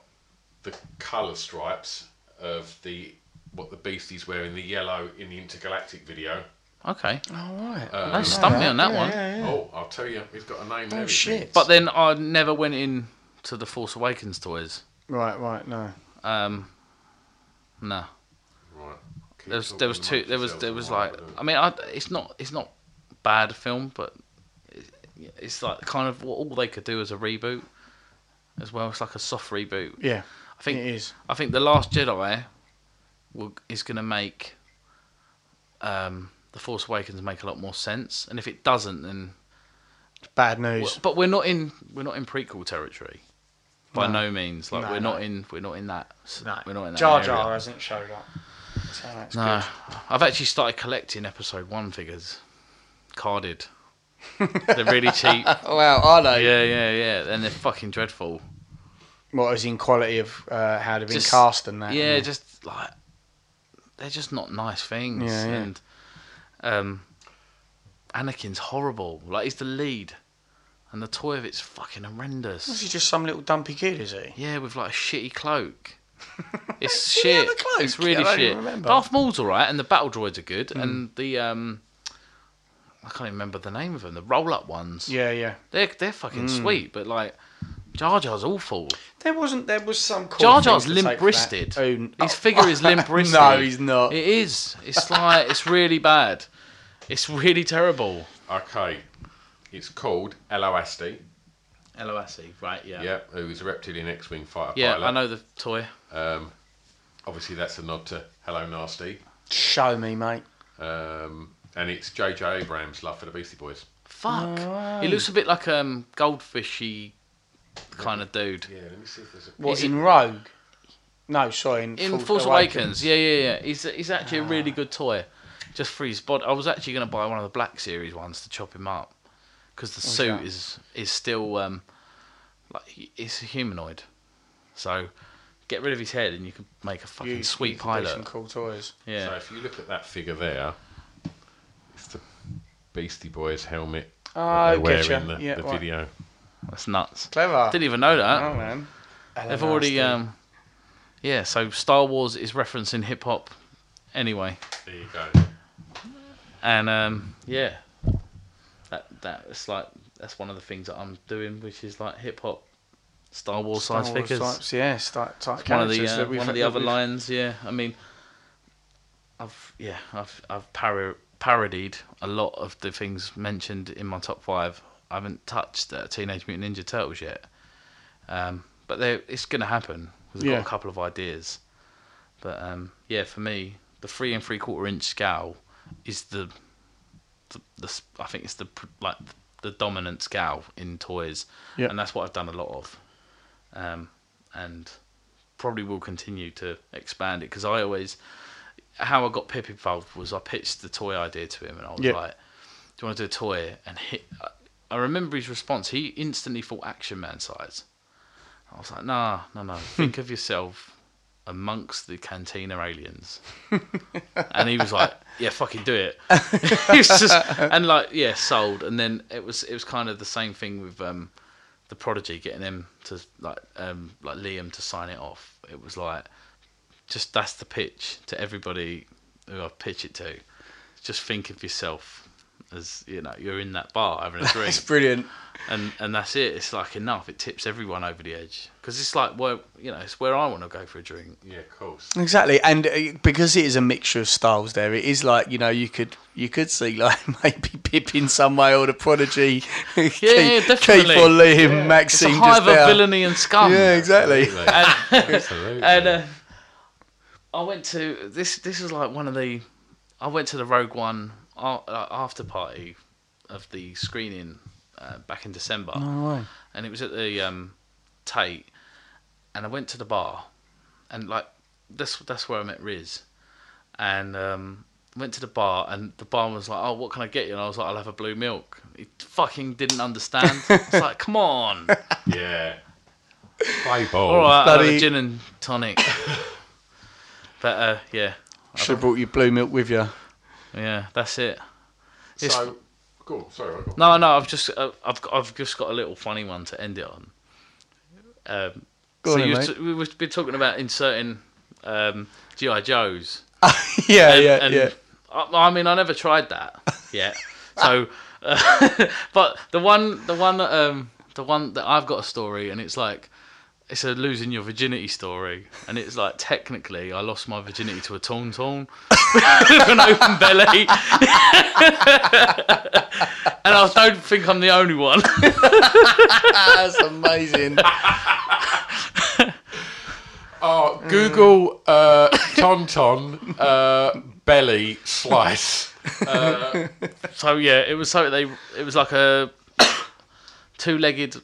the colour stripes of the what the Beasties wear in the yellow in the intergalactic video. Okay. All right. Um, Don't stump me on that one. Oh, I'll tell you, he's got a name. and Oh, everything. shit. But then I never went in to the Force Awakens toys. Right, right, no. Um, no. Right. Keep There was talking there was two amongst there was yourselves there and was I'll have like a look. I mean I, it's not it's not bad film but it, it's like kind of what all they could do is a reboot as well. It's like a soft reboot. Yeah. I think it is. I think the Last Jedi will, is going to make um, the Force Awakens make a lot more sense, and if it doesn't, then Bad news. but we're not in we're not in prequel territory by No. no, means. Like No, we're no. not in we're not in that we're not in that Jar area. Jar hasn't showed up. So that's No, I've actually started collecting episode one figures, carded. They're *laughs* really cheap. Wow, are they? Yeah, yeah, yeah. And they're fucking dreadful. good. What is in quality of uh, how they've been Just- cast and that? Yeah, and- just like they're just not nice things. Yeah, yeah. And um, Anakin's horrible. Like he's the lead, and the toy of it's fucking Is he horrendous. just some little dumpy kid, is he? Yeah, with like a *laughs* shitty cloak. It's Did he have shit. a cloak? It's really I don't shit. even remember. Mm. Darth Maul's alright, and the battle droids are good, and the um, I can't even remember the name of them. The roll-up ones. Yeah, yeah. They're they're fucking Mm. sweet, but like Jar Jar's awful. There wasn't. There was some. Cool Jar thing Jar's to take limp for that. wristed. Oh, *laughs* His figure is limp No, wristed. he's not. It is. It's like it's really bad. It's really terrible. Okay, it's called Eloasti. LOSE, E, right? Yeah. Yep, who's a reptilian X-wing fighter Yeah, pilot. I know the toy. Um, obviously, that's a nod to Hello Nasty, Show me, mate. um, and it's J.J. Abrams' love for the Beastie Boys. Fuck. Oh, He looks a bit like um goldfishy kind of dude. Yeah, let me see if there's a. What He's in Rogue? No, sorry, in, In Force, Awakens. Yeah, yeah, yeah. He's he's actually a Ah. really good toy. Just for his body, I was actually going to buy one of the Black Series ones to chop him up because the suit that? is is still um like he- it's a humanoid. So get rid of his head and you can make a fucking You- sweet you can do Some pilot. cool toys. Yeah. So if you look at that figure there, it's the Beastie Boys helmet Oh, that they wear getcha. in the, Yeah, the right. video. That's nuts. Clever. Didn't even know that. Oh man. They've already Nasty. um yeah. So Star Wars is referencing hip hop anyway, There you go. and um yeah, that that it's like that's one of the things that I'm doing, which is like hip hop, Star Wars Star size Wars figures. Types, yeah, type, type It's one of the characters uh, that we've- one of the that other we've- lines. Yeah, I mean, I've yeah I've I've paro- parodied a lot of the things mentioned in my top five. I haven't touched uh, Teenage Mutant Ninja Turtles yet, um, but they it's going to happen because I've Yeah. got a couple of ideas. But um, yeah, for me, the three and three quarter inch scale is the, the, the s- I think it's the pr- like the dominant scale in toys, Yeah. and that's what I've done a lot of, um, and probably will continue to expand it because I always, how I got Pip involved was I pitched the toy idea to him and I was Yeah. like, "Do you want to do a toy?" And he, I- I remember his response. He instantly thought Action Man size. I was like, "Nah, no, no. Think of yourself amongst the Cantina aliens." and he was like, "Yeah, fucking do it." *laughs* It's just- and like, yeah, sold. And then it was it was kind of the same thing with um, the Prodigy getting him to like um, like Liam to sign it off. It was like just that's the pitch to everybody who I pitch it to. Just think of yourself as you know you're in that bar having a drink. *laughs* That's brilliant. And and that's it. It's like enough. It tips everyone over the edge because it's like where you know it's where I want to go for a drink. Yeah, of course. Exactly, and uh, because it is a mixture of styles, there it is like you know you could you could see *laughs* like maybe Pip in some way or the Prodigy, *laughs* yeah, Keith, yeah, definitely. Keith or Liam, Yeah. Maxine, It's a hive just of there. villainy and scum. Yeah, exactly. and and, uh, I went to this. This was like one of the. I went to the Rogue One a- uh, after party of the screening uh, back in December. No way. And it was at the um, Tate, and I went to the bar, and like that's that's where I met Riz, and um, went to the bar, and the barman was like, "Oh, what can I get you?" And I was like, "I'll have a blue milk." He fucking didn't understand. It's like, "Come on." Yeah. Play ball. All right, I'll have a Bloody- gin and *laughs* tonic. but uh, yeah, Should have brought your blue milk with you. yeah, that's it. It's- So, cool. Sorry, I got No, no, I've just uh, I've got, I've just got a little funny one to end it on. Um, Go so on then, you mate. t- we were been talking about inserting um, GI Joes. Yeah, yeah, yeah. Um, I, I mean, I never tried that yet. so, *laughs* uh, but the one, the one, um, the one that I've got a story, and it's like. It's a losing your virginity story, and it's like technically I lost my virginity to a tauntaun *laughs* with an open belly, *laughs* and I don't think I'm the only one. *laughs* That's amazing. Oh, Mm. Google uh, Tonton uh, belly slice. Uh, so yeah, it was so they it was like a *coughs* two-legged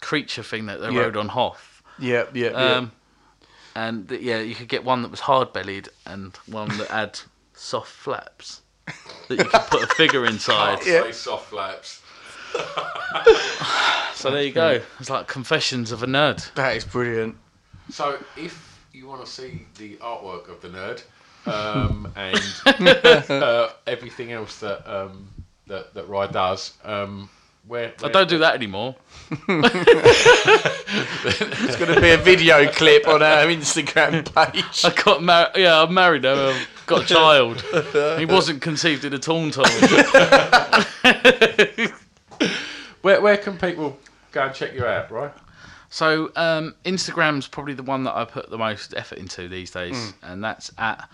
creature thing that they Yeah. rode on Hoth. Yep, yep, yep. Um, And th- yeah, you could get one that was hard-bellied and one that had soft flaps that you could put a figure inside. Can't say soft flaps. So there you go. It's like confessions of a nerd. That is brilliant. So, if you want to see the artwork of the nerd *laughs* um, and uh, everything else that um, that, that Rye does, um, where, I don't do that anymore. It's going to be a video *laughs* clip on our Instagram page. *laughs* I got married. Yeah, I'm married now. I've got a child. he wasn't conceived in a *laughs* tauntaun. where where can people go and check you out, right? So um, Instagram's probably the one that I put the most effort into these days, Mm. and that's at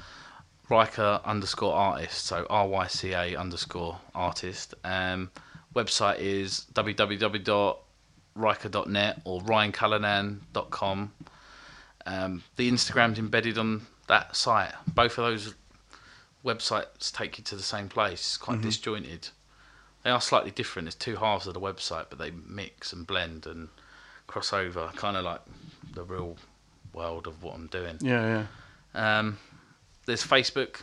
Riker underscore artist, so R Y C A underscore artist. Um, website is www.riker.net or ryancallanan.com. Um, the Instagram's embedded on that site. Both of those websites take you to the same place. It's quite Mhm. disjointed. They are slightly different. There's two halves of the website, but they mix and blend and cross over, kind of like the real world of what I'm doing. Yeah, yeah. Um, there's Facebook,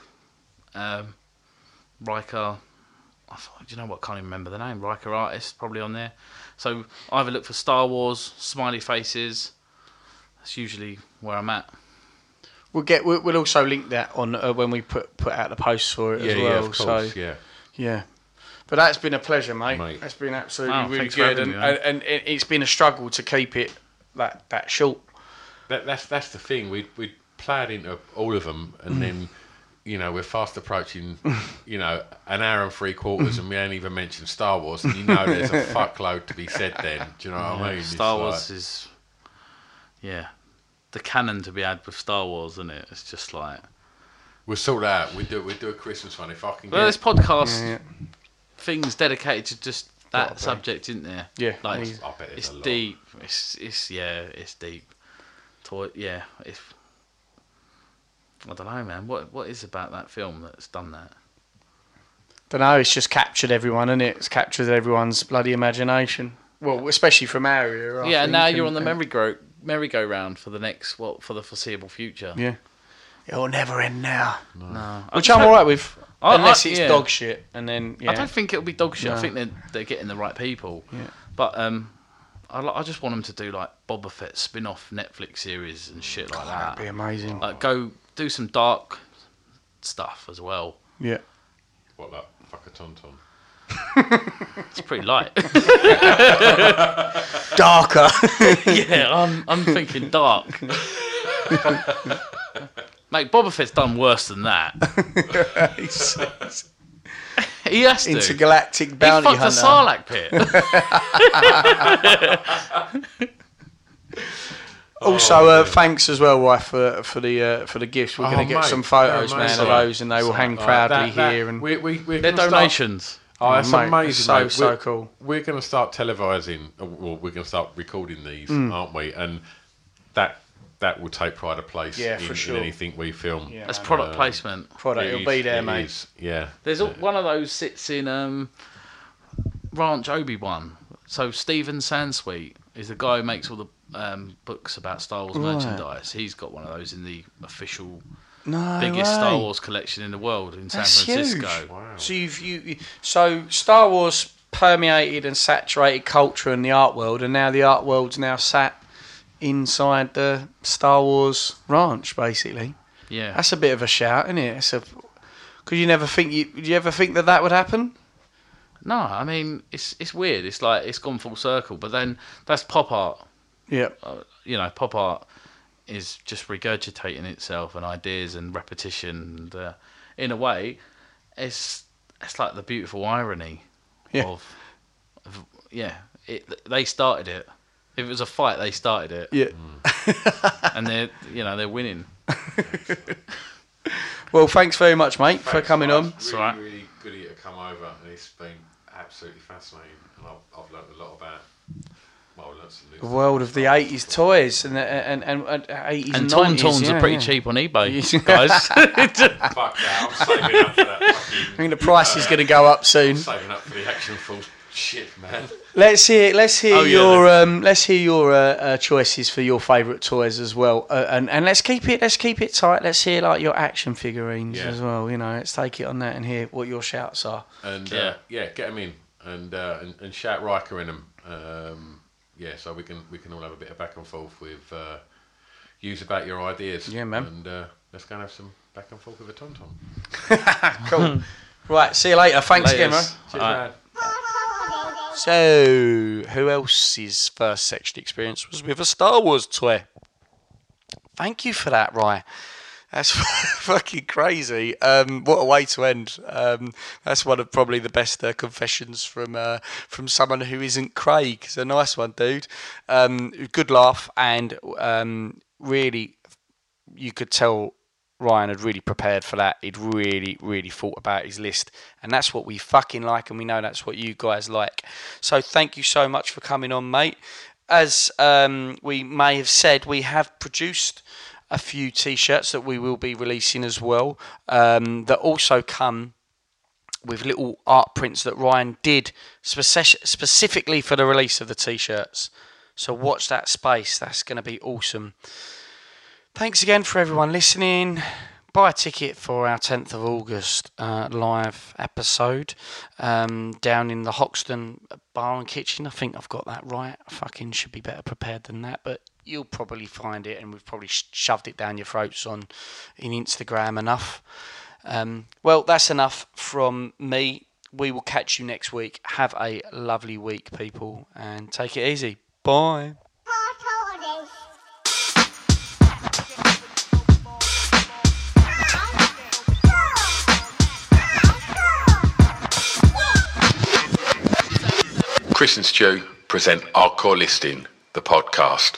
um, Riker. I thought, do you know what? I can't even remember the name. Riker artist probably on there. So either look for Star Wars smiley faces. That's usually where I'm at. We'll get. We'll, we'll also link that on uh, when we put put out the posts for it Yeah, as yeah, well. of course, so, yeah. yeah. But that's been a pleasure, mate. Mate. That's been absolutely Wow, really thanks for good, having and, me, eh? and, man. and it- it's been a struggle to keep it that that short. That, that's that's the thing. We we plowed into all of them, and Mm. then you know we're fast approaching, you know, an hour and three quarters, and we ain't even mentioned Star Wars. And you know, there's *laughs* a fuckload to be said. Then do you know what Yeah, I mean? It's Oh, Star like- Wars is, yeah, the canon to be had with Star Wars, isn't it? It's just like We'll sort that out. We do we do a Christmas one if I can. well, get- this podcast things dedicated to just that subject, isn't there? Yeah, like I bet there's it's a lot. deep. It's it's yeah, it's deep. Toy, yeah, it's. I don't know, man. What what is about that film that's done that? Don't know. It's just captured everyone, and it? It's captured everyone's bloody imagination. Well, especially from our era. I yeah, think, now you're and- on the and- memory gro- merry-go-round for the next what for the foreseeable future. Yeah. It'll never end now. No. Which I'm all right with, I- I- unless it's yeah. dog shit, and then yeah. I don't think it'll be dog shit. No. I think they're, they're getting the right people. Yeah. But um, I, li- I just want them to do like Boba Fett spin-off Netflix series and shit like that. That'd be amazing. Like go do some dark stuff as well. Yeah. What that fucker tauntaun? It's *laughs* pretty light. Darker. yeah, I'm, I'm thinking dark. Mate, Boba Fett's done worse than that. he has to. *laughs* Intergalactic He bounty fucked hunter. *laughs* a Sarlacc pit. Also, uh, thanks as well, wife, for for the uh, for the gifts. We're Oh, going to get mate, some photos, they're man, of amazing. those, and they will Sorry. hang Like proudly that- that- here. And we, we, we're They're gonna start- donations. Oh, that's Mate, amazing! so, mate. so We're- cool. We're going to start televising. uh, Well, we're going to start recording these, Mm. aren't we? And that that will take pride of place Yeah, in, for in sure. anything we film. Yeah, That's man. product placement. Product, it it'll is- be there, it mate. is, Yeah. There's a- one of those sits in um, Ranch Obi Wan. So Stephen Sansweet is the guy who makes all the um, books about Star Wars Right. merchandise. He's got one of those in the official No biggest Star way. Wars collection in the world in Oh, That's San Francisco. huge. So you've you, you- so Star Wars permeated and saturated culture and the art world, and now the art world's now sat inside the Star Wars ranch, basically. Yeah. that's a bit of a shout, isn't it? It's a because you never think you did you ever think that that would happen? No, I mean it's it's weird. It's like it's gone full circle. But then that's pop art. Yeah. Uh, you know, pop art is just regurgitating itself and ideas and repetition. And uh, in a way, it's it's like the beautiful irony Yeah. of, of yeah. It, they started it. If it was a fight, they started it. Yeah. and they're you know they're winning. Well, thanks very much, mate, for coming on. It's really, really good of you to come over, and it's been absolutely fascinating, and I've, I've learned a lot about. Well, I've learned some new The world of the eighties toys and the, and and, and 80s And and Tom 90s, Toms yeah, are *laughs* pretty yeah. cheap on eBay, guys. Fuck that! I'm saving up for that. I think the price is going to go up soon. saving up for the action full *laughs* shit, man. Let's hear. Let's hear Oh, yeah, your. um, let's hear your uh, uh, choices for your favourite toys as well, uh, and and let's keep it. Let's keep it tight. Let's hear like your action figurines Yeah. as well. You know, let's take it on that and hear what your shouts are. and Yeah. Uh, yeah, get them in and, uh, and and shout Riker in them. Um, yeah, so we can we can all have a bit of back and forth with uh, yous about your ideas. Yeah, man. And uh, let's go and have some back and forth with a tom tom. cool. right. See you later. Thanks again, Laters. man. Cheers, man. So, who else's first sexual experience was with a Star Wars toy? Thank you for that, Rye. That's *laughs* fucking crazy. Um, what a way to end. Um, that's one of probably the best uh, confessions from uh, from someone who isn't Craig. It's a nice one, dude. Um, good laugh and um, really you could tell Ryan had really prepared for that. He'd really, really thought about his list. And that's what we fucking like. And we know that's what you guys like. So thank you so much for coming on, mate. As um, we may have said, we have produced a few t shirts that we will be releasing as well um, that also come with little art prints that Ryan did spec- specifically for the release of the t shirts. So watch that space. That's going to be awesome. Thanks again for everyone listening. Buy a ticket for our 10th of August uh, live episode um, down in the Hoxton Bar and Kitchen. I think I've got that right. I fucking should be better prepared than that, but you'll probably find it, and we've probably sh- shoved it down your throats on in Instagram enough. Um, well, that's enough from me. We will catch you next week. Have a lovely week, people, and take it easy. Bye. Chris and Stu present Our Core Listing, the podcast.